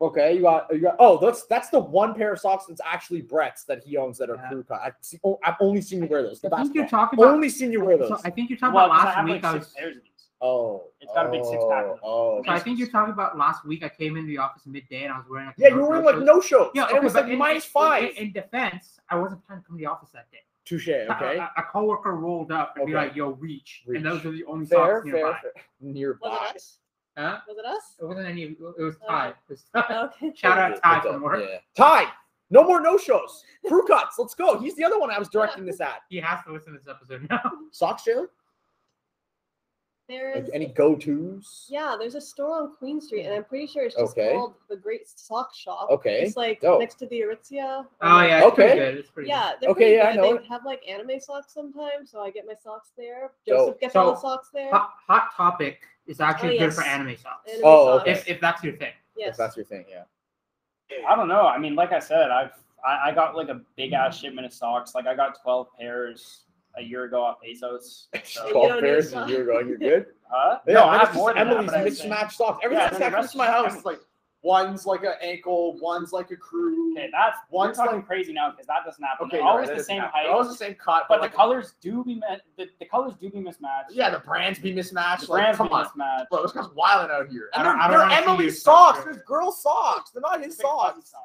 B: okay, you got you got. Oh, that's that's the one pair of socks that's actually Brett's that he owns that are
D: Yeah.
B: crew cut. I've, seen, oh, I've only seen you wear those. The
D: I think you're
B: basketball.
D: talking about
B: Only seen you wear
D: So
B: those.
D: I think you're talking
A: Well,
D: about
A: 'cause I
D: last
A: have
D: week.
A: like
D: I
A: six
D: was.
A: pairs of these.
B: Oh,
A: It's got a big six-pack of them.
B: Oh,
D: So I think you're talking about last week. I came into the office midday and I was wearing. Like
B: Yeah, you were wearing like
D: no-shows.
B: no shows.
D: Yeah,
B: and it
D: okay,
B: was
D: but
B: like
D: in-
B: minus
D: in-
B: five.
D: In, in defense, I wasn't planning to come to the office that day.
B: Touche. Okay.
D: A, a, a coworker rolled up and be
B: Okay.
D: like, "Yo, reach,",
B: Reach.
D: and those are the only
B: fair,
D: socks
B: fair,
D: nearby.
B: fair. Nearby.
C: Was it us?
D: Huh?
C: Was it us?
D: It wasn't any. It was
C: Okay.
D: Ty. It was-
C: Okay.
D: Shout
B: Yeah,
D: out Ty
B: it's up,
D: from work.
B: Yeah. Ty, no more no shows. Crew cuts. Let's go. He's the other one I was directing this at.
D: He has to listen to this episode now.
B: Socks, Jalen?
C: There
B: Like,
C: is
B: any go tos?
C: yeah, there's a store on Queen Street, and I'm pretty sure it's just
B: Okay.
C: called the Great Sock Shop.
B: Okay.
C: It's like
B: dope.
C: next to the Aritzia.
D: Oh
C: Um,
D: yeah, it's
B: Okay.
D: pretty good. It's pretty.
C: Yeah, they're
B: Okay,
C: pretty
B: yeah, I
C: good.
B: know
C: They have like anime socks sometimes, so I get my socks there.
B: Dope.
C: Joseph gets
D: So,
C: all the socks there.
D: Good. Hot, hot topic is actually
C: Oh,
D: good for
C: yes.
D: anime socks.
C: Anime
B: Oh,
C: socks.
B: okay.
D: If, if that's your thing.
B: If
C: Yes.
B: that's your thing, yeah.
A: I don't know. I mean, like I said, I've I, I got like a big ass
D: Mm-hmm.
A: shipment of socks. Like I got twelve pairs a year ago off Pesos. So,
C: Cool.
B: 12
C: don't
B: pairs
C: need
B: and you're going, you're good?
A: huh?
B: Yeah,
A: no,
B: mine
A: I
B: is
A: have
B: just
A: more than
B: Emily's
A: that. but I
B: mixed
A: think-
B: match socks. Everything
A: Yeah,
B: that's
A: then the
B: next
A: rest
B: to my
A: is
B: house
A: Emily's.
B: is like one's like an ankle, one's like a crew.
A: Okay, that's we're
B: One's
A: talking
B: like-
A: crazy now because that doesn't happen.
B: Okay,
A: Okay,
B: you're right,
A: always
B: that
A: the
B: doesn't
A: same
B: happen.
A: height,
B: They're Always the same cut,
A: but the
B: like,
A: colors do be met. The, the colors do be mismatched.
B: yeah, the brands be mismatched.
A: the
B: Like,
A: brands
B: come
A: be
B: on,
A: mismatched.
B: bro, this guy's wilding out here.
D: I
B: And
D: don't-
B: they're,
D: I don't
B: they're
D: wanna see
B: Emily's
D: your
B: socks.
D: socks.
B: There's girl socks. They're not his
A: Big fucking
B: socks.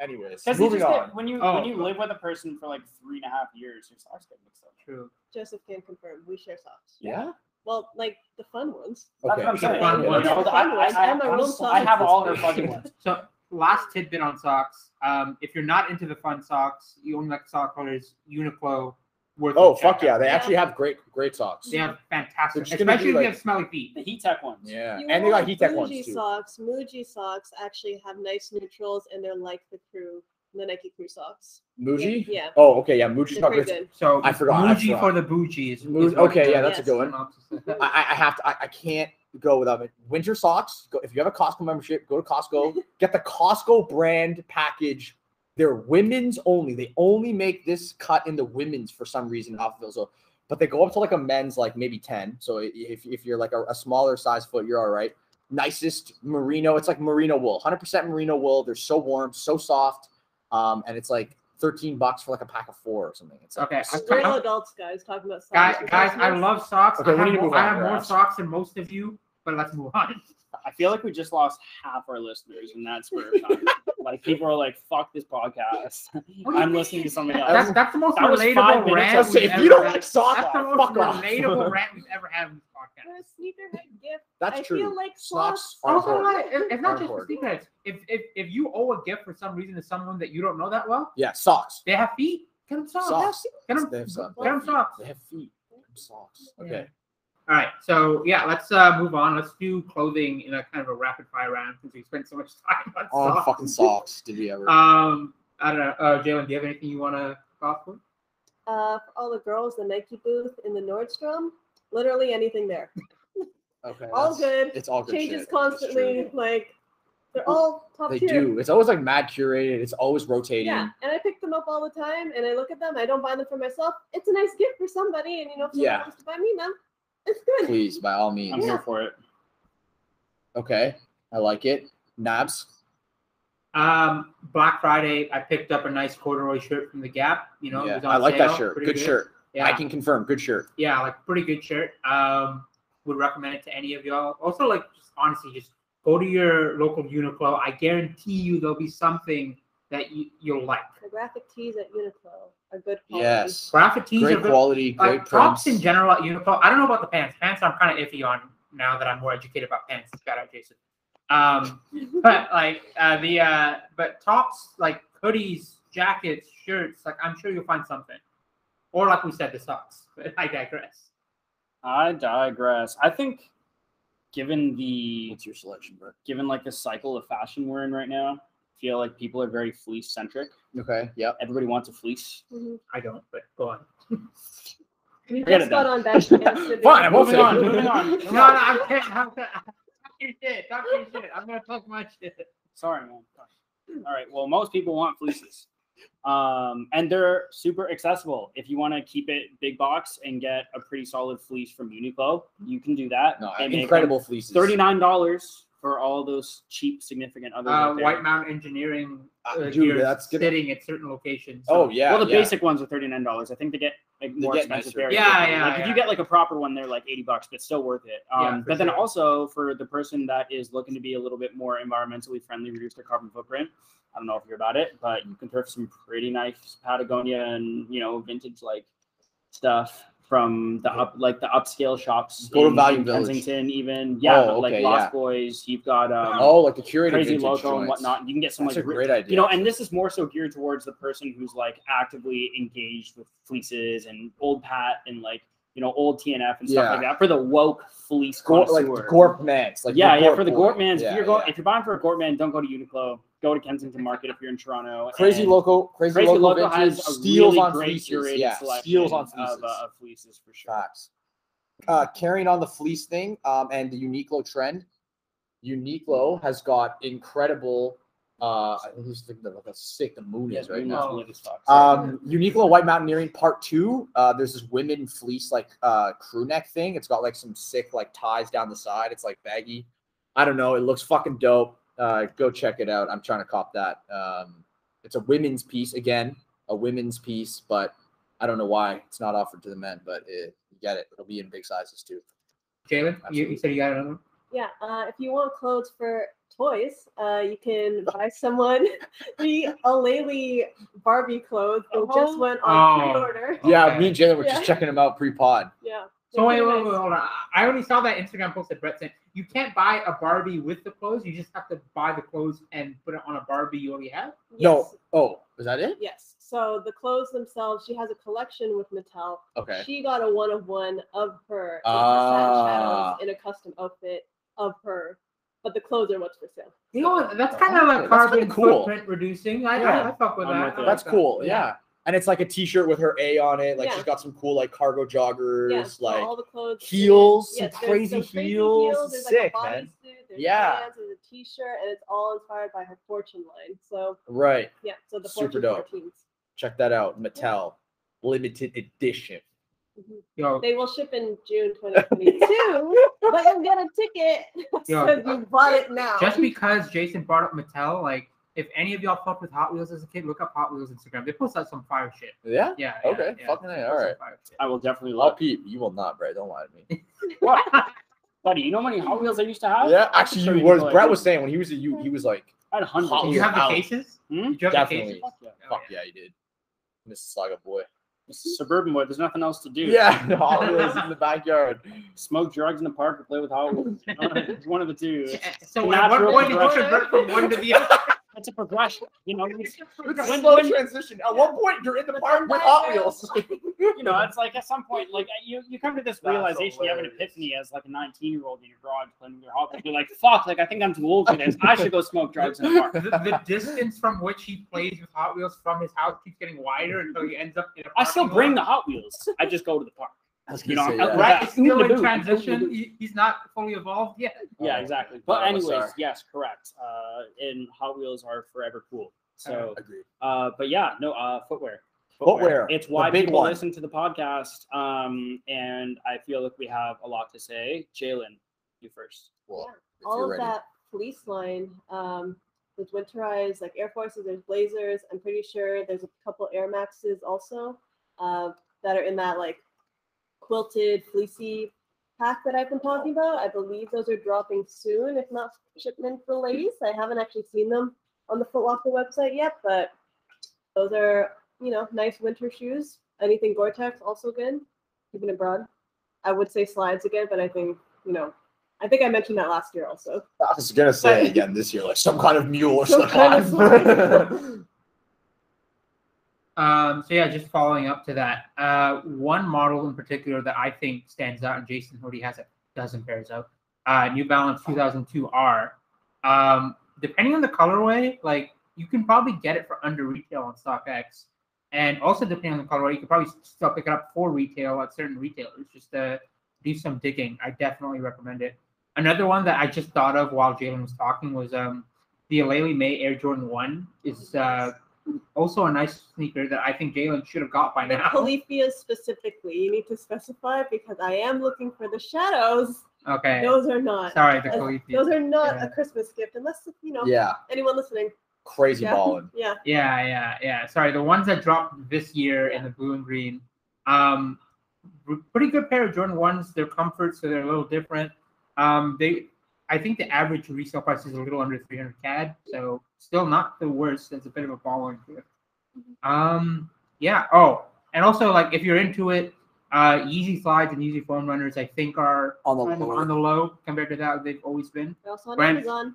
B: Anyways,
A: 'Cause you
B: moving
A: just
B: on.
A: get, when you
D: Oh.
A: when you live with a person for like three and a half years, your socks get mixed up.
D: True.
C: Joseph can confirm we share socks.
B: yeah.
C: Well, like the fun ones.
A: That's
B: Okay.
A: what I'm
D: The
A: saying.
D: fun
A: You
D: ones.
A: know,
C: The
A: I,
C: fun
A: I-
C: ones.
A: I
C: I
A: have
C: have my
A: all-
C: own
A: I have all her
C: socks.
A: fucking ones.
D: So last tidbit on socks. Um, if you're not into the fun socks, you only like sock colors. Uniqlo. Worth
B: Oh
D: a check
B: fuck yeah!
D: out.
B: They
C: Yeah.
B: actually have great great socks.
D: They have
B: They're
D: fantastic,
B: just gonna
D: especially
B: be
D: if
B: like-
D: you have smelly feet.
A: The heat tech ones.
B: Yeah,
C: You
B: and they got
C: want
B: heat tech
C: Muji
B: ones too.
C: socks. Muji socks actually have nice neutrals, and they're like the crew, the Nike crew socks.
B: Muji.
C: Yeah,
B: Oh, okay, yeah, Muji's
C: they're
B: not
C: pretty
B: great.
C: good.
D: So
B: I forgot, I
D: Muji
B: forgot.
D: for the bougies. is
B: Mu-
D: what it
B: okay, yeah,
D: is.
B: that's a good one.
D: Synopsis.
B: I, I I have to. I, I can't go without it. Winter socks. Go, if you have a Costco membership, go to Costco. Get the Costco brand package. They're women's only. They only make this cut in the women's for some reason off of those. So, but they go up to like a men's, like maybe ten. So i- if if you're like a, a smaller size foot, you're all right. Nicest merino. It's like merino wool. Hundred percent merino wool. They're so warm, so soft. Um, and it's like thirteen bucks for like a pack of four or something. It's like,
D: Okay,
B: s-
D: I-
C: We're all adults, guys, talking about socks.
D: Guys,
C: for
D: guys, I
C: Christmas.
D: love socks.
B: Okay,
D: I
B: we need
D: have,
B: to
D: more,
B: move on
D: I have
B: here,
D: more
B: Ash.
D: socks than most of you, but let's move on.
A: I feel like we just lost half our listeners in that spur of time. like people are like, "Fuck this podcast."
D: What do you
A: I'm
D: mean?
A: listening to something else.
D: That's, that's the most
A: That was
D: relatable
A: five minutes
D: rant.
A: of-
B: Let's say
D: we've
B: if you
D: ever
B: don't
D: had.
B: like socks,
D: that's the most
B: fuck off.
D: relatable rant we've ever had in this podcast.
C: For a sneakerhead gift.
B: That's
C: I
B: true.
C: feel like
B: Socks
C: socks.
B: are
D: Also,
B: important.
D: like, it- it's not just for
B: Cardboard.
D: sneakerheads. If, if if you owe a gift for some reason to someone that you don't know that well,
B: Yeah, socks.
D: they have feet. Get them socks.
B: Socks.
D: Get them,
B: They have socks.
D: get them socks.
B: They have feet. They have socks.
D: Yeah.
B: Okay.
D: All right, so yeah, let's uh, move on. Let's do clothing in a kind of a rapid fire round since we spent so much time on
B: On
D: socks.
B: Oh, fucking socks. Did we ever?
C: Uh,
D: Um, I don't know. Uh, Jalen, do you have anything you want to talk about?
C: Uh, for all the girls, the Nike booth in the Nordstrom. Literally anything there.
B: okay.
C: all
B: that's-
C: good.
B: It's all good.
C: Changes
B: shit.
C: constantly.
B: It's
C: Like they're all top
B: true. They
C: tier.
B: do. It's always like mad curated. It's always rotating.
C: Yeah, and I pick them up all the time, and I look at them. I don't buy them for myself. It's a nice gift for somebody, and you know, if someone
B: Yeah.
C: wants to buy me them, it's good.
B: Please, by all
A: I'm
B: means.
A: here for it.
B: Okay. I like it. Nabs.
D: Um, Black Friday, I picked up a nice corduroy shirt from the Gap. You know, it
B: yeah.
D: was on
B: I like that
D: sale,
B: shirt. Good,
D: pretty
B: shirt.
D: Yeah,
B: I can confirm. Good shirt.
D: yeah, like pretty good shirt. Um, would recommend it to any of y'all. Also, like just honestly, just go to your local Uniqlo. I guarantee you there'll be something that you, you'll like.
C: The graphic tees at Uniqlo are good quality.
B: Yes.
D: Graphic tees are
B: Great
D: good.
B: quality.
D: Like,
B: Great
D: props
B: prints.
D: in general at Uniqlo. I don't know about the pants. Pants, I'm kind of iffy on now that I'm more educated about pants. Shout out, Jason. Um, but like uh, the uh, but tops like hoodies, jackets, shirts, like I'm sure you'll find something. Or like we said, the socks. But I digress.
A: I digress. I think, given the
B: What's your selection, bro?
A: given like the cycle of fashion we're in right now, I feel like people are very fleece centric.
B: Okay. Yep.
A: Everybody wants a fleece.
C: Mhm.
D: I don't, but go on.
C: You
A: Forget
C: just
A: it
C: got on back yesterday.
B: Fine, I won't
A: Moving
B: say-
A: on. Moving on.
D: No, no, I'm kidding. I'm kidding. Uh, Talk your shit. Talk your shit. I'm gonna talk my shit.
A: Sorry, man. All right. Well, most people want fleeces. Um, and they're super accessible. If you want to keep it big box and get a pretty solid fleece from Uniqlo, you can do that.
B: No,
A: They make
B: incredible fleeces.
A: them. $39 for all those cheap significant others.
D: Uh,
A: out there.
D: White Mountain Engineering
B: Uh,
D: uh,
B: dude,
D: gear
B: that's good.
D: sitting at certain locations.
B: Oh yeah.
A: well, the
B: yeah.
A: basic ones are $39. I think they get like
B: They
A: more
B: get
A: expensive
B: nicer.
A: very
D: Yeah,
A: quickly.
D: yeah,
A: Like if
D: yeah.
A: you get like a proper one, they're like 80 bucks, but still worth it. Um,
D: Yeah, for
A: but then
D: sure.
A: also for the person that is looking to be a little bit more environmentally friendly, reduce their carbon footprint. I don't know if you're about it, but you can thrift some pretty nice Patagonia and you know vintage like stuff from the up like the upscale shops.
B: Go to
A: in
B: Value Village.
A: Kensington, even yeah,
B: Oh,
A: but, like
B: okay,
A: Lost
B: yeah.
A: Boys. You've got um,
B: Oh, like the curated
A: crazy
B: vintage
A: logo and
B: joints.
A: whatnot. You can get some
B: That's
A: like
B: a
A: re-
B: great idea.
A: you know, and this is more so geared towards the person who's like actively engaged with fleeces and old pat and like you know old TNF and stuff
B: Yeah.
A: like that for the woke fleece
B: Gor- like
A: connoisseur.
B: Gorp Mans. Like
A: yeah,
B: your
A: yeah, for the
B: boy.
A: Gortmans.
B: Yeah,
A: if you're going,
B: yeah.
A: if you're buying for a Gortman, don't go to Uniqlo. Go to Kensington Market if you're in Toronto.
B: Crazy
A: and
B: local, crazy,
A: Crazy
B: local,
A: Loco
B: vintage,
A: has a
B: steals
A: really
B: on
A: great
B: fleeces.
A: curated
B: Yeah,
A: selection
B: steals on fleeces.
A: of, uh, of fleeces for sure.
B: Facts. Uh, carrying on the fleece thing um, and the Uniqlo trend, Uniqlo has got incredible. Uh, I think he's thinking of like how sick the moon
A: Yeah,
B: is right
A: Uniqlo's
B: now.
D: now.
A: lit as fuck.
B: Um, Uniqlo White Mountaineering Part Two. Uh, there's this women fleece like uh, crew neck thing. It's got like some sick like ties down the side. It's like baggy. I don't know. It looks fucking dope. Uh, go check it out. I'm trying to cop that. Um, it's a women's piece again, a women's piece, but I don't know why it's not offered to the men. But it, you get it. It'll be in big sizes too.
D: Jalen, you, you said you got another one.
C: Yeah, uh, if you want clothes for toys. Uh, you can buy someone the Aleli Barbie clothes. They just went on
D: Oh.
C: pre-order.
B: Yeah,
D: Okay.
B: me and Jalen were
C: Yeah.
B: just checking them out pre-pod.
C: Yeah.
D: So wait,
C: they're
D: wait,
C: pretty
D: wait,
C: nice.
D: hold on. I only saw that Instagram post that Brett sent. You can't buy a Barbie with the clothes. You just have to buy the clothes and put it on a Barbie you already have.
B: No, oh, was that it?
C: Yes. Yes. So the clothes themselves, she has a collection with Mattel.
B: Okay.
C: She got a one of one of her in, her sad
B: Ah.
C: shadows in a custom outfit of her, but the clothes are what's for sale.
D: You know, that's
B: Oh,
D: kind of
B: that's
D: like carbon
B: pretty cool.
D: footprint reducing. I,
B: Yeah.
D: I, I fuck with
A: I'm
D: that.
A: with
D: I
A: it.
D: like
B: That's
D: that.
B: cool. Yeah. And it's like a t-shirt with her A on it. Like
C: Yeah.
B: she's got some cool like cargo joggers,
C: Yeah, so
B: like
C: all the clothes,
B: heels, some
C: yes, there's
B: crazy heels.
C: There's
B: Sick,
C: like a
B: man.
C: bodysuit, there's
B: Yeah.
C: pants, there's a t-shirt, and it's all inspired by her fortune line. So
B: right.
C: yeah, so the
B: Super
C: fortune
B: dope.
C: 14s.
B: Check that out. Mattel limited edition.
C: Mhm.
D: Yo,
C: They will ship in June 2022, but you'll get a ticket
D: Yo.
C: because you bought it now.
D: just because Jason brought up Mattel, like if any of y'all fucked with Hot Wheels as a kid, look up Hot Wheels Instagram. They post out some fire shit.
B: Yeah.
D: Yeah. yeah,
B: Okay.
D: Yeah.
B: Fucking
D: They
B: A.
D: post
B: All
D: some
B: right.
D: fire shit.
A: I will definitely
B: I'll
A: love it.
B: peep. You will not, Brett. Don't lie to me.
A: What? Buddy, you know how many Hot Wheels I used to have?
B: Yeah,
A: I could
B: actually,
A: show
B: you
A: you
B: was.
A: people I
B: Brett
A: did.
B: was saying when he was a you, he was like,
A: I had hundreds.
B: Hot
D: Did
A: of
D: you
B: Wheels
D: have
A: them.
D: the
B: out.
D: cases?
A: Hmm?
D: Did you have
B: Definitely.
D: the cases?
A: Fuck yeah.
D: Oh,
B: "Fuck yeah, you did, Mississauga boy."
A: This is suburban boy. There's nothing else to do.
B: Yeah, the Hot Wheels in the backyard.
A: Smoke drugs in the park or play with Hot Wheels. It's one of the two.
D: Yeah, Eh, So
A: Natural
D: at what point did you
A: progression.
D: convert from one to the other?
A: It's a progression. You know, it's,
B: It's a
A: When-
B: slow
A: when-
B: transition. At one point, you're in the park with Hot Wheels.
A: you know, it's like at some point, like you, you come to this
D: That's
A: realization, you have an
D: hilarious.
A: epiphany as like a 19 year old in your garage playing with your Hot Wheels. You're like, fuck, like I think I'm too old for this. I should go smoke drugs in the park.
D: the, the distance from which he plays with Hot Wheels from his house keeps getting wider until he ends up in a
A: I still
D: parking
A: bring
D: lot.
A: the Hot Wheels. I just go to the park. You know,
B: gonna say,
A: I'm-
B: yeah.
D: Right, it's
A: Ooh,
D: still
A: the
D: in
A: boot.
D: transition. He, he's not fully evolved yet.
A: Yeah,
B: Oh,
A: exactly.
B: okay.
A: But
B: Oh,
A: anyways,
B: sorry.
A: yes, correct. Uh, and Hot Wheels are forever cool. So,
B: Agreed.
A: uh, but yeah, no, uh, footwear.
B: Footwear,
A: It's
B: the
A: why
B: big
A: people
B: one.
A: listen to the podcast. Um, and I feel like we have a lot to say. Jalen, you first.
B: Well, if
C: all
B: you're
C: of
B: ready.
C: that police line um there's winterized like air forces there's blazers i'm pretty sure there's a couple air maxes also uh, that are in that like quilted fleecy pack that i've been talking about i believe those are dropping soon if not shipment delays i haven't actually seen them on the foot locker website yet but those are you know nice winter shoes anything gore-tex also good even abroad i would say slides again but i think you know I think I mentioned that last year also.
B: I was gonna say it again this year, like some kind of mule or
C: Some
B: something.
C: kind of
D: Um, so yeah, just following up to that, uh, one model in particular that I think stands out, and Jason already has a dozen pairs of, uh, New Balance 2002R. Um, depending on the colorway, like you can probably get it for under retail on StockX, and also depending on the colorway, you could probably still pick it up for retail at certain retailers. Just uh, do some digging. I definitely recommend it. Another one that I just thought of while Jalen was talking was um, the Alele May Air Jordan One is. Uh, also a nice sneaker that I think Jalen should have got by
C: The
D: now.
C: Polyphia specifically, you need to specify because I am looking for the shadows.
D: Okay.
C: Those are not.
D: Sorry, the
C: Uh,
D: Khalifi.
C: Those are not
D: Yeah.
C: a Christmas gift unless you know
B: yeah,
C: anyone listening.
B: crazy
C: Yeah.
B: ballin'.
C: Yeah.
D: Yeah, yeah, yeah. Sorry, the ones that dropped this year in the blue and green. Um, r- pretty good pair of Jordan ones. They're comfort, so they're a little different. Um, they, I think the average resale price is a little under 300 CAD, so still not the worst. That's a bit of a following here.
C: Mm-hmm.
D: Um, yeah. Oh, and also like if you're into it, uh, Yeezy slides and Yeezy foam runners, I think are
B: On the
D: kind of
B: lower.
D: on the low compared to that they've always been.
C: They're also on
D: Brand-
C: Amazon.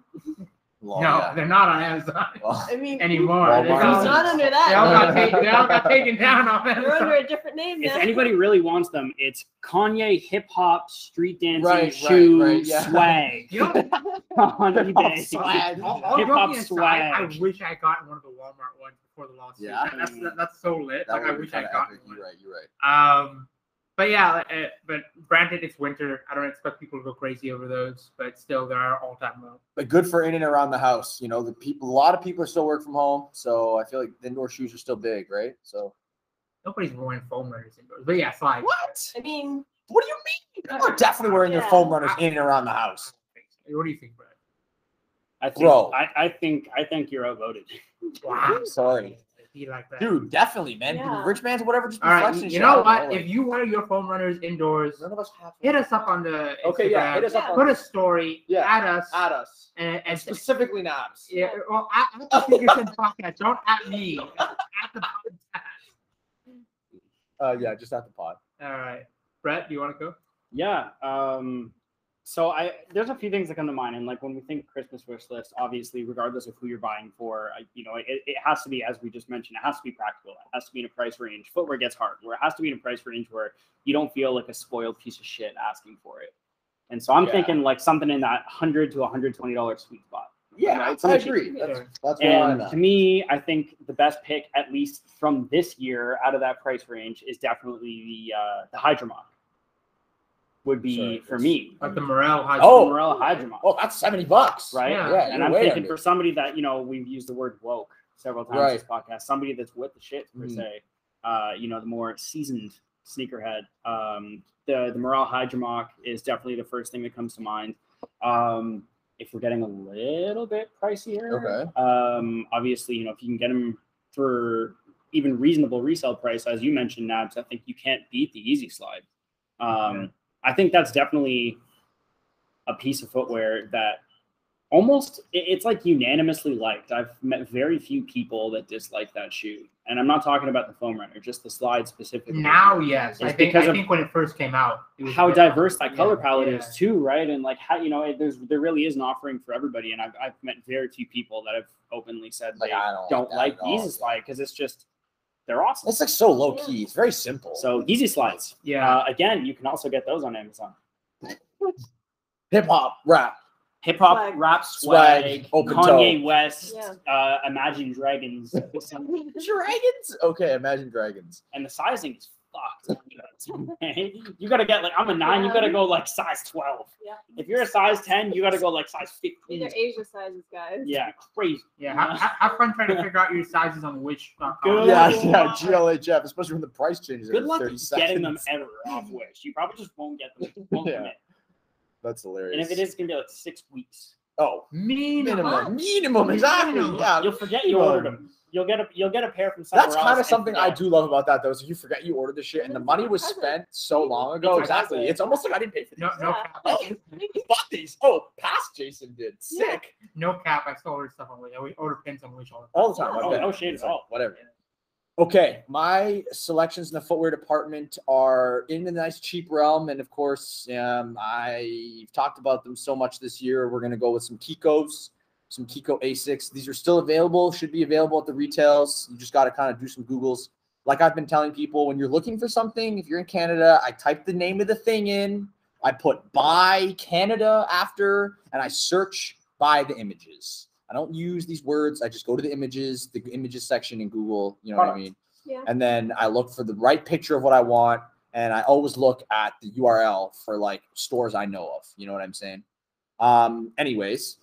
B: Long,
D: no,
B: yeah.
D: they're not on Amazon
B: Well,
C: I mean,
D: anymore.
B: Walmart.
D: They're
C: it's
D: not-
C: not under
D: they all
C: that.
D: got taken, they all got taken down off
C: They're under
D: Amazon.
C: a different name
A: If
C: now.
A: anybody really wants them, it's Kanye hip hop street dancing
B: Right,
A: shoe
B: right, right, yeah.
A: swag
D: You know,
A: on
B: Oh,
A: eBay.
B: swag.
D: all, all
A: Hip-hop
D: joking aside,
A: swag.
D: I wish I got one of the Walmart ones before the lawsuit.
B: Yeah.
D: That's that's so lit.
B: That
D: like I
B: would've been
D: wish I
B: kinda
D: got
B: epic.
D: one.
B: You're right. You're right.
D: Um, but yeah, uh, but granted, it's winter. I don't expect people to go crazy over those, but still, they are all time low.
B: But good for in and around the house. You know, the people. A lot of people are still work from home, so I feel like the indoor shoes are still big, right? So
D: Nobody's wearing foam runners indoors. But yeah, slide.
B: what?
C: I mean,
B: What do you mean? People are definitely wearing
C: Yeah.
B: their foam runners in and around the house.
D: What do you think, Brett?
A: I think,
B: Bro.
A: I, I think I think you're outvoted.
D: Wow.
B: I'm sorry.
D: be like that.
B: Dude, definitely, man.
C: Yeah.
B: Rich man's whatever. Just be
D: All right,
B: flexing
D: you
B: shit, I
D: know
B: don't
D: what?
B: like-
D: If you wanted your foam runners indoors,
B: none of us have.
D: hit us up on the Instagram.
B: Okay, yeah, hit us up.
C: Yeah.
B: On,
D: Put a story
B: Yeah.
D: at us
B: at us
D: and, and
B: specifically, Knobs.
D: yeah, well, at, at the Sneakerson podcast. Don't at me. At the podcast.
B: Uh, yeah, just at the pod.
D: All right, Brett, do you want to go?
A: Yeah. Um, so I there's a few things that come to mind, and like when we think Christmas wish list, obviously, regardless of who you're buying for, I- you know, it, it has to be as we just mentioned, it has to be practical. It has to be in a price range. Footwear gets hard, where it has to be in a price range where you don't feel like a spoiled piece of shit asking for it. And so I'm
B: Yeah.
A: thinking like something in that hundred to 120 dollar sweet spot.
B: Yeah,
A: Right,
B: I
A: something cheap.
B: agree. That's
D: Sure.
B: that's what I'm
A: And
B: at.
A: to me, I think the best pick, at least from this year, out of that price range, is definitely the uh, the Hydromon. Would be
B: Sorry,
A: for
B: yes.
A: me.
D: Like the Morel high
B: Oh.
A: Morel Hydromon,
B: Oh, that's seventy bucks.
A: right?
D: yeah.
B: Yeah,
A: and
B: you're
A: I'm
B: way
A: thinking
B: under.
A: for somebody that you know we've used the word woke several times this podcast, somebody that's with the shit per
B: Mhm.
A: se. Uh, you know, the more seasoned sneakerhead, um, the the morale hydromock is definitely the first thing that comes to mind. Um, if we're getting a little bit pricier,
B: Okay.
A: um, obviously, you know, if you can get them for even reasonable resale price, as you mentioned, Nabs, I think you can't beat the Easy Slide. Um,
D: Yeah.
A: I think that's definitely a piece of footwear that almost it- it's like unanimously liked. I've met very few people that dislike that shoe, and I'm not talking about the foam runner, just the slide specifically.
D: Now, yes, I think
A: It's because
D: I
A: of
D: think when it first came out, it was
A: how
D: different.
A: diverse that color
D: Yeah,
A: palette
D: yeah.
A: is too, right? And like how you know, it- there's there really is an offering for everybody, and I've, I've met very few people that have openly said
B: Like,
A: they
B: I don't like
A: don't
B: that
A: like
B: at all,
A: Yeezy
B: yeah.
A: Slide because it's just they're awesome.
B: It's like so low key. It's very simple.
A: So Yeezy Slides,
D: Yeah,
A: uh, again, you can also get those on Amazon.
B: hip hop, rap,
A: Hip hop,
C: Swag.
A: rap,
B: Swag,
A: swag,
B: open
A: Kanye West,
C: Yeah.
A: uh, Imagine Dragons,
B: dragons. Okay, imagine dragons.
A: and the sizing is fucked. you gotta get like I'm a nine. You gotta go like size twelve.
C: Yeah.
A: If you're a size ten, you gotta go like size
C: These are
A: fifteen.
C: Asia sizes, guys.
A: Yeah, crazy.
D: yeah. Have, have- have fun trying to figure out your sizes on uh, Wish.com.
A: Good.
B: Yeah,
A: luck.
B: yeah, GLHF, especially when the price changes
A: Oh Good
B: every
A: luck
B: thirty
A: getting
B: seconds.
A: them ever off Wish. You probably just won't get them. You Won't
B: Yeah.
A: commit.
B: That's hilarious.
A: And if it is, it's gonna be like six weeks.
B: oh,
D: Minimum.
B: minimum,
C: Minimum.
B: minimum, exactly.
D: Minimum.
B: Yeah,
A: You'll forget you
B: Minimum.
A: ordered them. You'll get a you'll get a pair from somewhere
B: That's
A: else
B: kind of
A: and
B: something I
A: forget.
B: do love about that, though. Is you forget you ordered the shit, and the money was
C: Present.
B: spent so long ago.
A: It's like-
B: Exactly. It's almost like I didn't pay for these.
D: No, no cap.
B: Oh, who bought these? Oh, past Jason did. Sick.
D: No cap. I still order stuff on Wish. I order pins on Wish all the time.
B: All the time.
A: Oh,
B: I bet.
A: no shade at all.
B: Whatever. Okay, my selections in the footwear department are in the nice cheap realm, and of course, um, I've talked about them so much this year. We're gonna go with some Kikos, some Kiko Asics. These are still available. Should be available at the retails. You just got to kind of do some googles. Like I've been telling people, when you're looking for something, if you're in Canada, I type the name of the thing in. I put buy Canada after, and I search by the images. I don't use these words. I just go to the images, the images section in Google. You know what I
A: Product.
B: mean?
C: Yeah.
B: And then I look for the right picture of what I want, and I always look at the URL for like stores I know of. You know what I'm saying? Um. Anyways,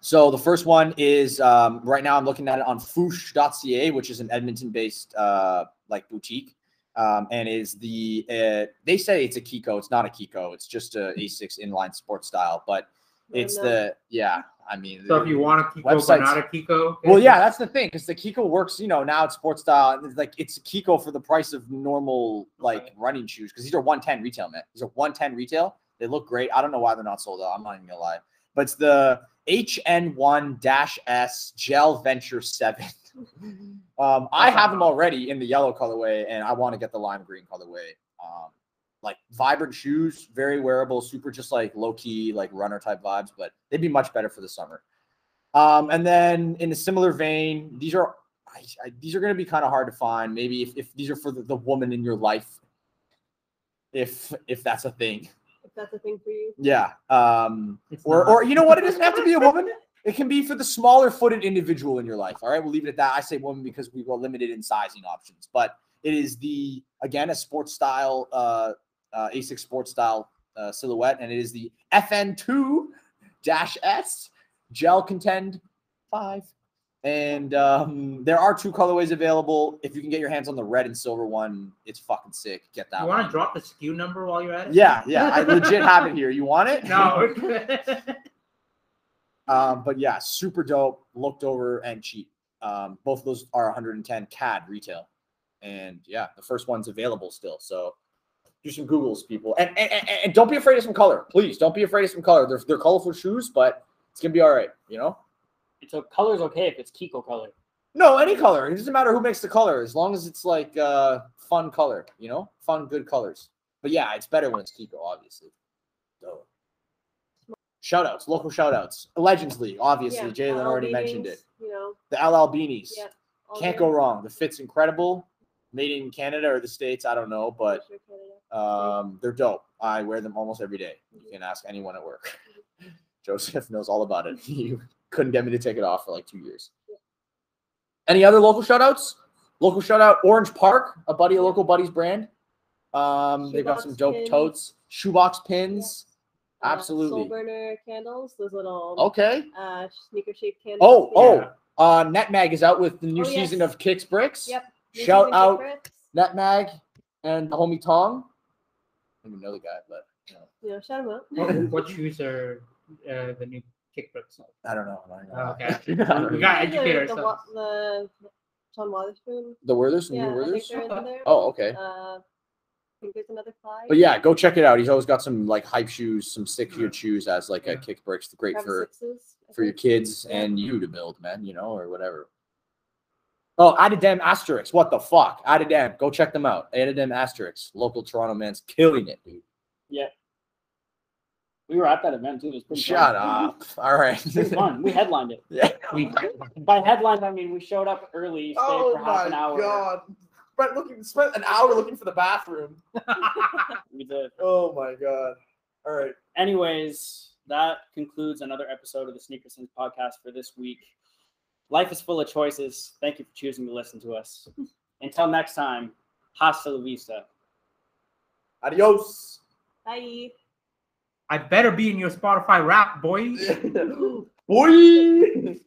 B: so the first one is um, right now I'm looking at it on Foosh.ca, which is an Edmonton-based uh, like boutique, um, and is the uh, they say it's a Kiko. It's not a Kiko. It's just a A6 inline sports style, but it's
C: No,
B: the yeah. I mean,
D: So if you want a Kiko,
B: Websites.
D: but not a Kiko.
B: well, yeah, that's the thing because the Kiko works. You know, now it's sports style. and it's Like it's Kiko for the price of normal like
D: Okay.
B: running shoes because these are one ten retail, man. These are one ten retail. They look great. I don't know why they're not sold out. I'm not even gonna lie. But it's the HN1 S Gel Venture Seven. um, I have them already in the yellow colorway, and I want to get the lime green colorway. Um, like vibrant shoes, very wearable, super just like low key, like runner type vibes, but they'd be much better for the summer. Um, and then in a similar vein, these are I, I, these are going to be kind of hard to find. Maybe if, if these are for the, the woman in your life, if if that's a thing,
C: If that's a thing for you.
B: yeah. Um,
D: It's
B: or
D: not.
B: or you know what, it doesn't have to be a woman. It can be for the smaller footed individual in your life. All right, we'll leave it at that. I say woman because we were limited in sizing options, but it is the again a sports style uh, uh, Asics sports style uh, silhouette, and it is the FN2 dash S gel contend five. And um, there are two colorways available. If you can get your hands on the red and silver one, it's fucking sick. Get that
D: You
B: one.
D: want to drop the SKU number while you're at it?
B: yeah, yeah. I legit have it here. You want it?
D: No. we're good.
B: Um, but yeah, super dope, looked over and cheap. Um, both of those are 110 CAD retail, and yeah, the first one's available still. So do some Googles, people, and and, and, and don't be afraid of some color. Please don't be afraid of some color. They're they're colorful shoes, but it's gonna be all right. You know,
A: So color's okay if it's Kiko color.
B: no, any color. It doesn't matter who makes the color, as long as it's like uh fun color, you know, fun, good colors. But yeah, it's better when it's Kiko, obviously. So shoutouts, local shoutouts. Legends League, obviously.
C: Yeah,
B: Jalen
C: all
B: already mentioned it.
C: meetings, You know,
B: The LL Beanies.
C: yeah. all
B: Can't
C: the-
B: go wrong. The fit's incredible. Made in Canada or the States, I don't know, but
C: Sure, Canada.
B: um, they're dope. I wear them almost every day. You can ask anyone at work. Joseph knows all about it. You couldn't get me to take it off for like two years. Any other local shoutouts? Local shoutout Orange Park, a buddy, a local buddy's brand. Um, they got
C: Shoebox
B: some dope
C: pins.
B: totes, shoebox pins.
C: Uh,
B: Absolutely.
C: Soul burner candles, those little
B: Okay.
C: uh, sneaker shaped candles.
B: Oh,
C: yeah.
D: Yeah.
B: oh. Uh, Netmag is out with the new
C: Oh,
B: season
C: yes.
B: of Kicks Bricks.
C: Yep. New
B: Shout
C: season
B: out
C: favorites.
B: Netmag and the homie Tong. I don't even know the guy, but you know,
C: You know, shout 'em out.
D: What, what shoes are uh, the new kickbooks?
B: I don't know. I don't know.
D: Okay.
B: I don't
D: We
B: know.
D: got
C: These are
D: educators.
C: The, wa- the John Witherspoon.
B: The Werthers, the new
C: Yeah, I think
B: Werthers.
C: they're in there.
B: Oh, okay.
C: Uh, I think there's another five.
B: But yeah, go check it out. He's always got some like hype shoes, some sick huge shoes as like a
D: Mm-hmm. Yeah.
B: kick bricks, great
C: Grab
B: for
C: sixes, I
B: for your
C: think.
B: kids
C: Yeah.
B: and you to build, man. You know, or whatever. Oh, Adidem Asterix. What the fuck? Adidem. Go check them out. Adidem Asterix. Local Toronto man's killing it, dude.
A: We were at that event too. It was pretty
B: Shut
A: fun.
B: up. All right.
A: It was fun. We headlined it.
D: We,
A: By headlined, I mean we showed up early, stayed for half an hour.
B: Oh Spent looking spent an hour looking for the bathroom.
A: We did.
B: Oh my god. All right.
A: Anyways, that concludes another episode of the Sneaker Sins podcast for this week. Life is full of choices. Thank you for choosing to listen to us. Until next time, hasta la vista.
B: Adios.
C: Bye.
D: I better be in your Spotify rap, boy.
B: Boy.